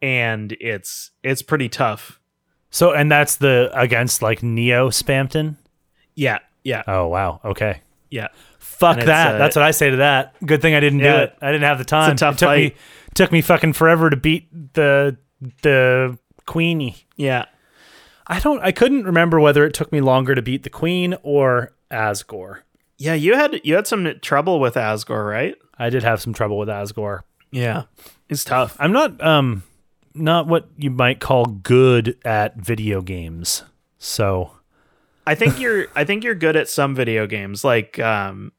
and it's it's pretty tough
So and that's the against like Neo Spampton.
yeah yeah
Oh wow. Okay.
yeah
Fuck
And it's,
that.
uh,
That's what I say to that. Good thing I didn't do
Yeah.
it. I didn't have the time.
tough
it took me
fight.
took me fucking forever to beat the the Queenie.
yeah
I don't I couldn't remember whether it took me longer to beat the Queen or Asgore.
yeah you had you had some trouble with asgore right
I did have some trouble with Asgore.
yeah it's tough
I'm not um not what you might call good at video games. So [laughs]
i think you're i think you're good at some video games like um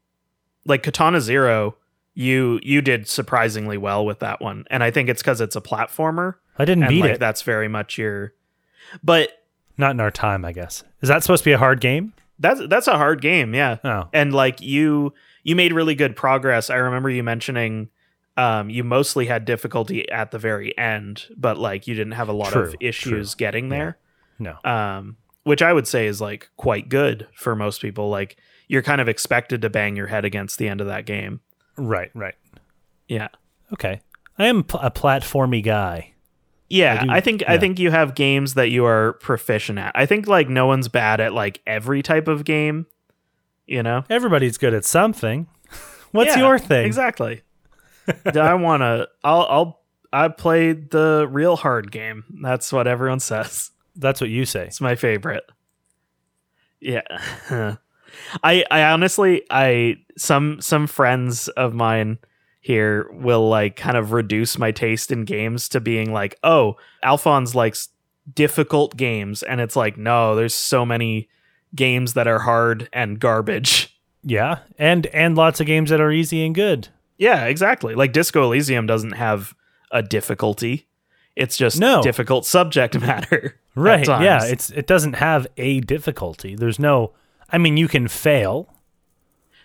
like katana zero you you did surprisingly well with that one and i think it's because it's a platformer
I didn't
and
beat
like
it.
that's very much your but
Not in our time, I guess. Is that supposed to be a hard game?
that's that's a hard game yeah
Oh.
and like you you made really good progress i remember you mentioning um you mostly had difficulty at the very end but like you didn't have a lot of
True,
issues getting there
No.
um which i would say is like quite good for most people like you're kind of expected to bang your head against the end of that game
Right, right.
yeah
Okay. I am pl- a platformy guy.
yeah
I do-
i, think i
yeah.
think you have games that you are proficient at i think like no one's bad at like every type of game you know
Everybody's good at something. [laughs] What's
Yeah,
your thing?
Exactly. Do I want to. I'll. I'll. I played the real hard game. That's what everyone says.
That's what you say.
It's my favorite. Yeah. [laughs] I I honestly I some some friends of mine here will like kind of reduce my taste in games to being like, "Oh, Alphonse likes difficult games." And it's like, "No, there's so many games that are hard and garbage."
Yeah. And and lots of games that are easy and good.
Yeah, exactly. Like Disco Elysium doesn't have a difficulty. It's just
No.
difficult subject [laughs] matter. at
Right. Yeah,
times.
it's it doesn't have a difficulty. There's no I mean you can fail,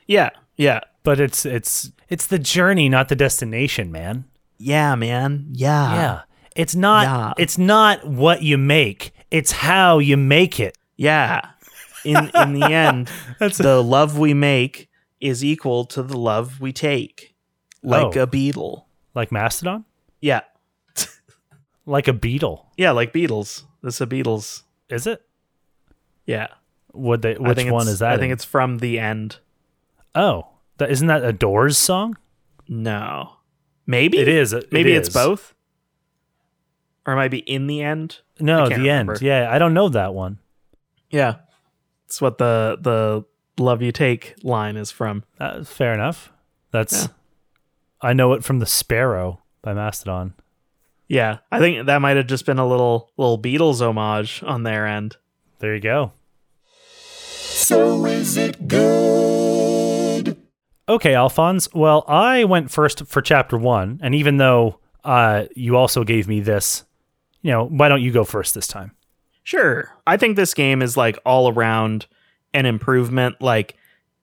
yeah. Yeah.
but it's it's it's the journey not the destination, man.
Yeah, man. Yeah.
Yeah. It's not
Yeah.
it's not what you make, it's how you make it.
Yeah. In in the end,
[laughs] That's
the love we make is equal to the love we take. Like
Oh.
a beetle.
like Mastodon?
Yeah.
Like a beetle.
Yeah, like Beatles. This a Beatles.
Is it?
Yeah.
Would they
I
which
think
one
it's-
is that?
I think
in?
it's from the end.
Oh, that, isn't that a Doors song?
No. Maybe?
It is. it
Maybe it's
is.
both. Or it might be in the end.
No,
I
the
can't
end.
remember.
Yeah, I don't know that one.
Yeah. It's what the the love you take line is from.
Uh, fair enough. That's. I know it from the Sparrow by Mastodon.
Yeah. I think that might have just been a little little Beatles homage on their end.
There you go.
So is it good?
Okay, Alphonse. Well, I went first for chapter one, and even though uh, you also gave me this, you know, why don't you go first this time?
Sure. I think this game is like all around an improvement. Like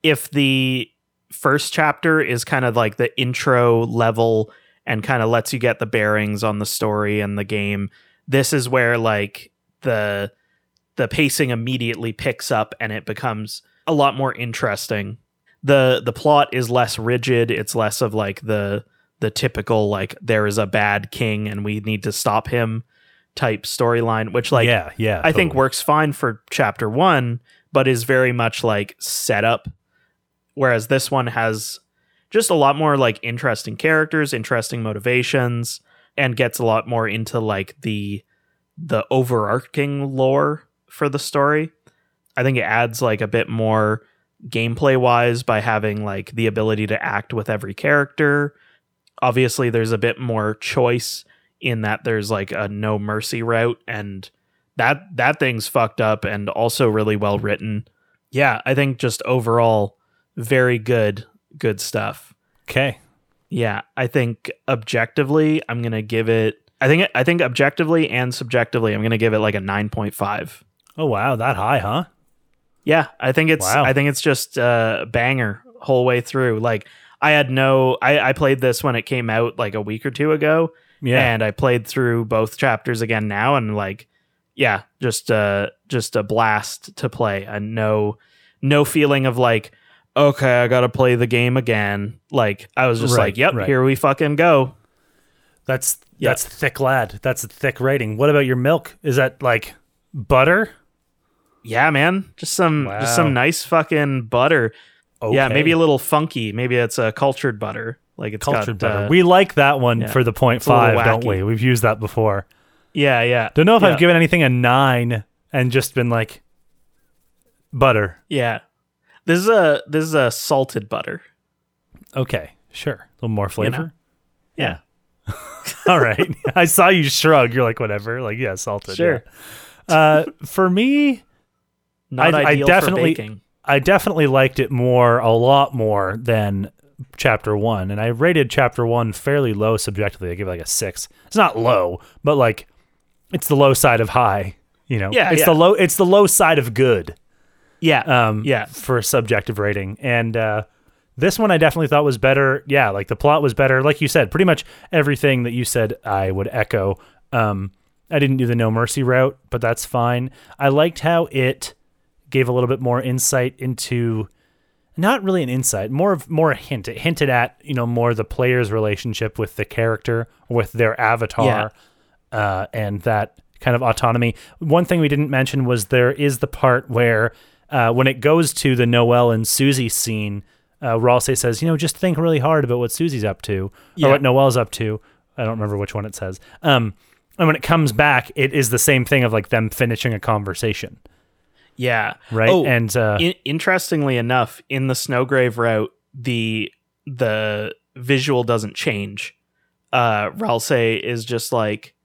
if the first chapter is kind of like the intro level and kind of lets you get the bearings on the story and the game, this is where like the the pacing immediately picks up and it becomes a lot more interesting. The the plot is less rigid, it's less of like the the typical like there is a bad king and we need to stop him type storyline, which like
yeah, yeah.
I think
totally.
works fine for chapter one, but is very much like set up. Whereas this one has just a lot more like interesting characters, interesting motivations, and gets a lot more into like the the overarching lore for the story. I think it adds like a bit more gameplay wise by having like the ability to act with every character. Obviously, there's a bit more choice in that there's like a no mercy route and that that thing's fucked up and also really well written. Yeah, I think just overall very good good stuff.
Okay.
Yeah, I think objectively I'm going to give it I think I think objectively and subjectively I'm going to give it like a 9.5.
Oh wow, that high, huh?
Yeah, I think it's
Wow.
I think it's just uh banger whole way through. Like I had no I I played this when it came out like a week or two ago
Yeah.
and I played through both chapters again now and like yeah, just uh just a blast to play. And no no feeling of like okay, I got to play the game again. Like I was just
Right,
like, yep,
right.
here we fucking go.
that's
Yeah.
that's thick lad. That's a thick rating. What about your milk? Is that like butter?
Yeah, man. Just some just
Wow.
some nice fucking butter.
Okay.
Yeah, maybe a little funky. Maybe it's a cultured butter. Like it's
cultured
got,
butter.
uh,
we like that one
yeah.
for the point
a little
five, don't
wacky.
we? We've used that before.
Yeah, yeah.
Don't know if
Yeah.
I've given anything a nine and just been like butter.
Yeah. This is a this is a salted butter.
Okay, sure. A little more flavor.
know? Yeah.
[laughs] All right. [laughs] I saw you shrug. You're like, whatever. Like, yeah, salted.
Sure.
yeah. Uh, for me,
Not
I- I
ideal
definitely-
for baking.
I definitely liked it more, a lot more than chapter one. And I rated chapter one fairly low subjectively. I give it like a six. It's not low, but like it's the low side of high. You know,
Yeah,
it's
yeah.
the low. It's the low side of good.
Yeah.
Um,
Yeah.
for a subjective rating. And uh, this one I definitely thought was better. Yeah, like the plot was better. Like you said, pretty much everything that you said I would echo. Um, I didn't do the no mercy route, but that's fine. I liked how it gave a little bit more insight into not really an insight, more of more a hint. It hinted at, you know, more the player's relationship with the character, with their avatar, uh, and that kind of autonomy. One thing we didn't mention was there is the part where uh, when it goes to the Noel and Susie scene, uh, Ralsei says, you know, just think really hard about what Susie's up to
Yeah.
or what Noel's up to. I don't remember which one it says. Um, and when it comes back, it is the same thing of like them finishing a conversation,
yeah.
right?
Oh,
and uh,
in- interestingly enough, in the Snowgrave route, the the visual doesn't change. Uh Ralse is just like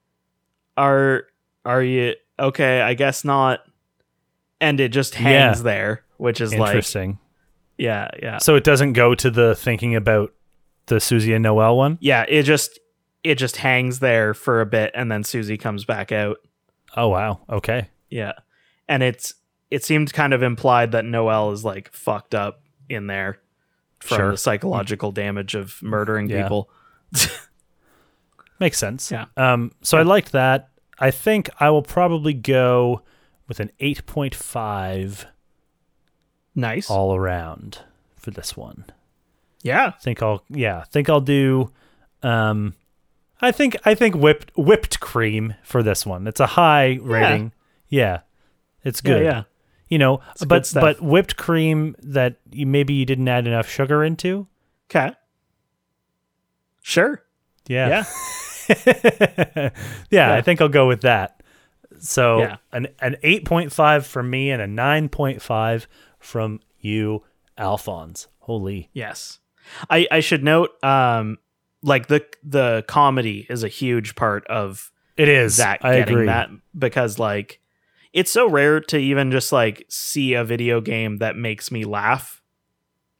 are are you okay, I guess not. And it just hangs there, which is like
interesting.
yeah, yeah.
So it doesn't go to the thinking about the Susie and Noel one.
Yeah, it just it just hangs there for a bit and then Susie comes back out.
Oh wow. Okay.
Yeah. And it's it seemed kind of implied that Noel is like fucked up in there from
Sure.
the psychological damage of murdering
Yeah.
people.
Makes sense.
Yeah.
Um so I liked that. I think I will probably go with an 8.5
Nice.
all around for this one.
yeah.
think I'll yeah, think I'll do um I think I think whipped whipped cream for this one. It's a high rating. Yeah. It's
Yeah,
good.
yeah.
You know,
good
but
stuff.
but whipped cream that you, maybe you didn't add enough sugar into.
Okay. Sure.
Yeah.
Yeah.
[laughs] yeah, I think I'll go with that. So
Yeah.
an an eight point five from me and a nine point five from you, Alphonse. Holy.
Yes. I I should note um like the the comedy is a huge part of
It is.
that
I
getting
agree.
that because like it's so rare to even just like see a video game that makes me laugh.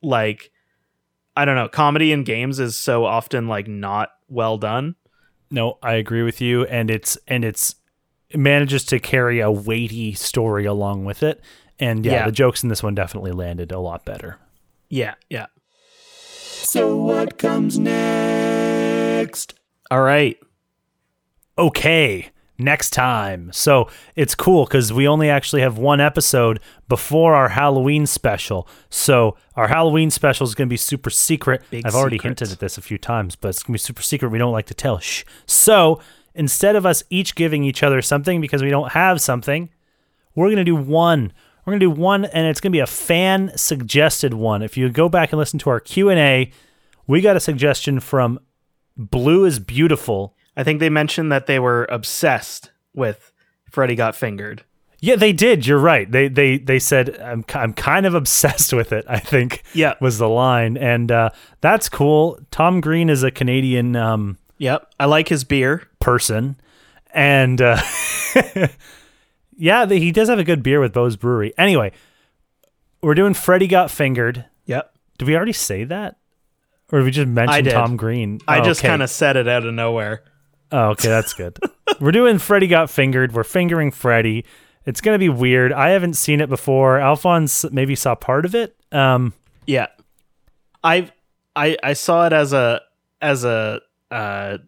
Like I don't know, comedy in games is so often like not well done.
No, I agree with you, and it's and it's it manages to carry a weighty story along with it. And yeah,
Yeah.
the jokes in this one definitely landed a lot better.
Yeah, yeah.
So what comes next?
All right.
Okay. next time. So it's cool because we only actually have one episode before our Halloween special. So our Halloween special is going to be super secret.
Big
I've already
secret.
hinted at this a few times, but it's going to be super secret. We don't like to tell. Shh. So instead of us each giving each other something because we don't have something, we're going to do one. We're going to do one, and it's going to be a fan suggested one. If you go back and listen to our Q and A, we got a suggestion from Blue is Beautiful.
I think they mentioned that they were obsessed with Freddy Got Fingered.
Yeah, they did. You're right. They they they said I'm ki- I'm kind of [laughs] obsessed with it. I think
Yeah.
was the line, and uh, that's cool. Tom Green is a Canadian um,
Yep. I like his beer.
person, and uh, [laughs] yeah, the, he does have a good beer with Bo's Brewery. Anyway, we're doing Freddy Got Fingered.
Yep.
Did we already say that, or did we just
I
mention
did.
Tom Green?
I
Oh,
just
okay.
kind of said it out of nowhere.
Oh, okay, that's good. We're doing Freddy Got Fingered. We're fingering Freddy. It's gonna be weird. I haven't seen it before. Alphonse maybe saw part of it. Um,
Yeah. I've I I saw it as a as a uh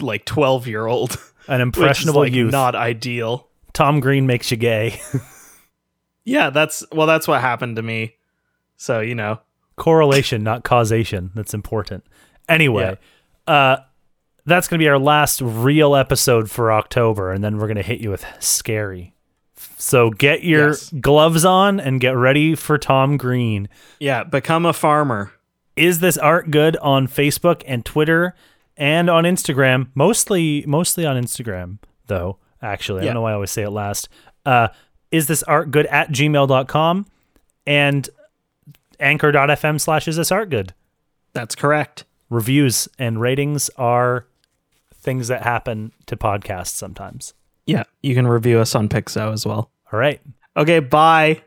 like 12 year [laughs] old
an impressionable
which is, like,
youth.
not ideal.
Tom Green makes you gay. [laughs]
Yeah, that's well that's what happened to me. So, you know.
Correlation, not causation. That's important. Anyway, uh, that's gonna be our last real episode for October, and then we're gonna hit you with scary. So get your
Yes.
gloves on and get ready for Tom Green.
Yeah, become a farmer.
is this art good on Facebook and Twitter and on Instagram? Mostly, mostly on Instagram, though, actually. I
Yeah.
don't know why I always say it last. Uh, is this art good at gmail.com and anchor.fm slash is this art good?
That's correct.
Reviews and ratings are things that happen to podcasts sometimes.
Yeah, you can review us on Pixo as well.
All right.
Okay, bye.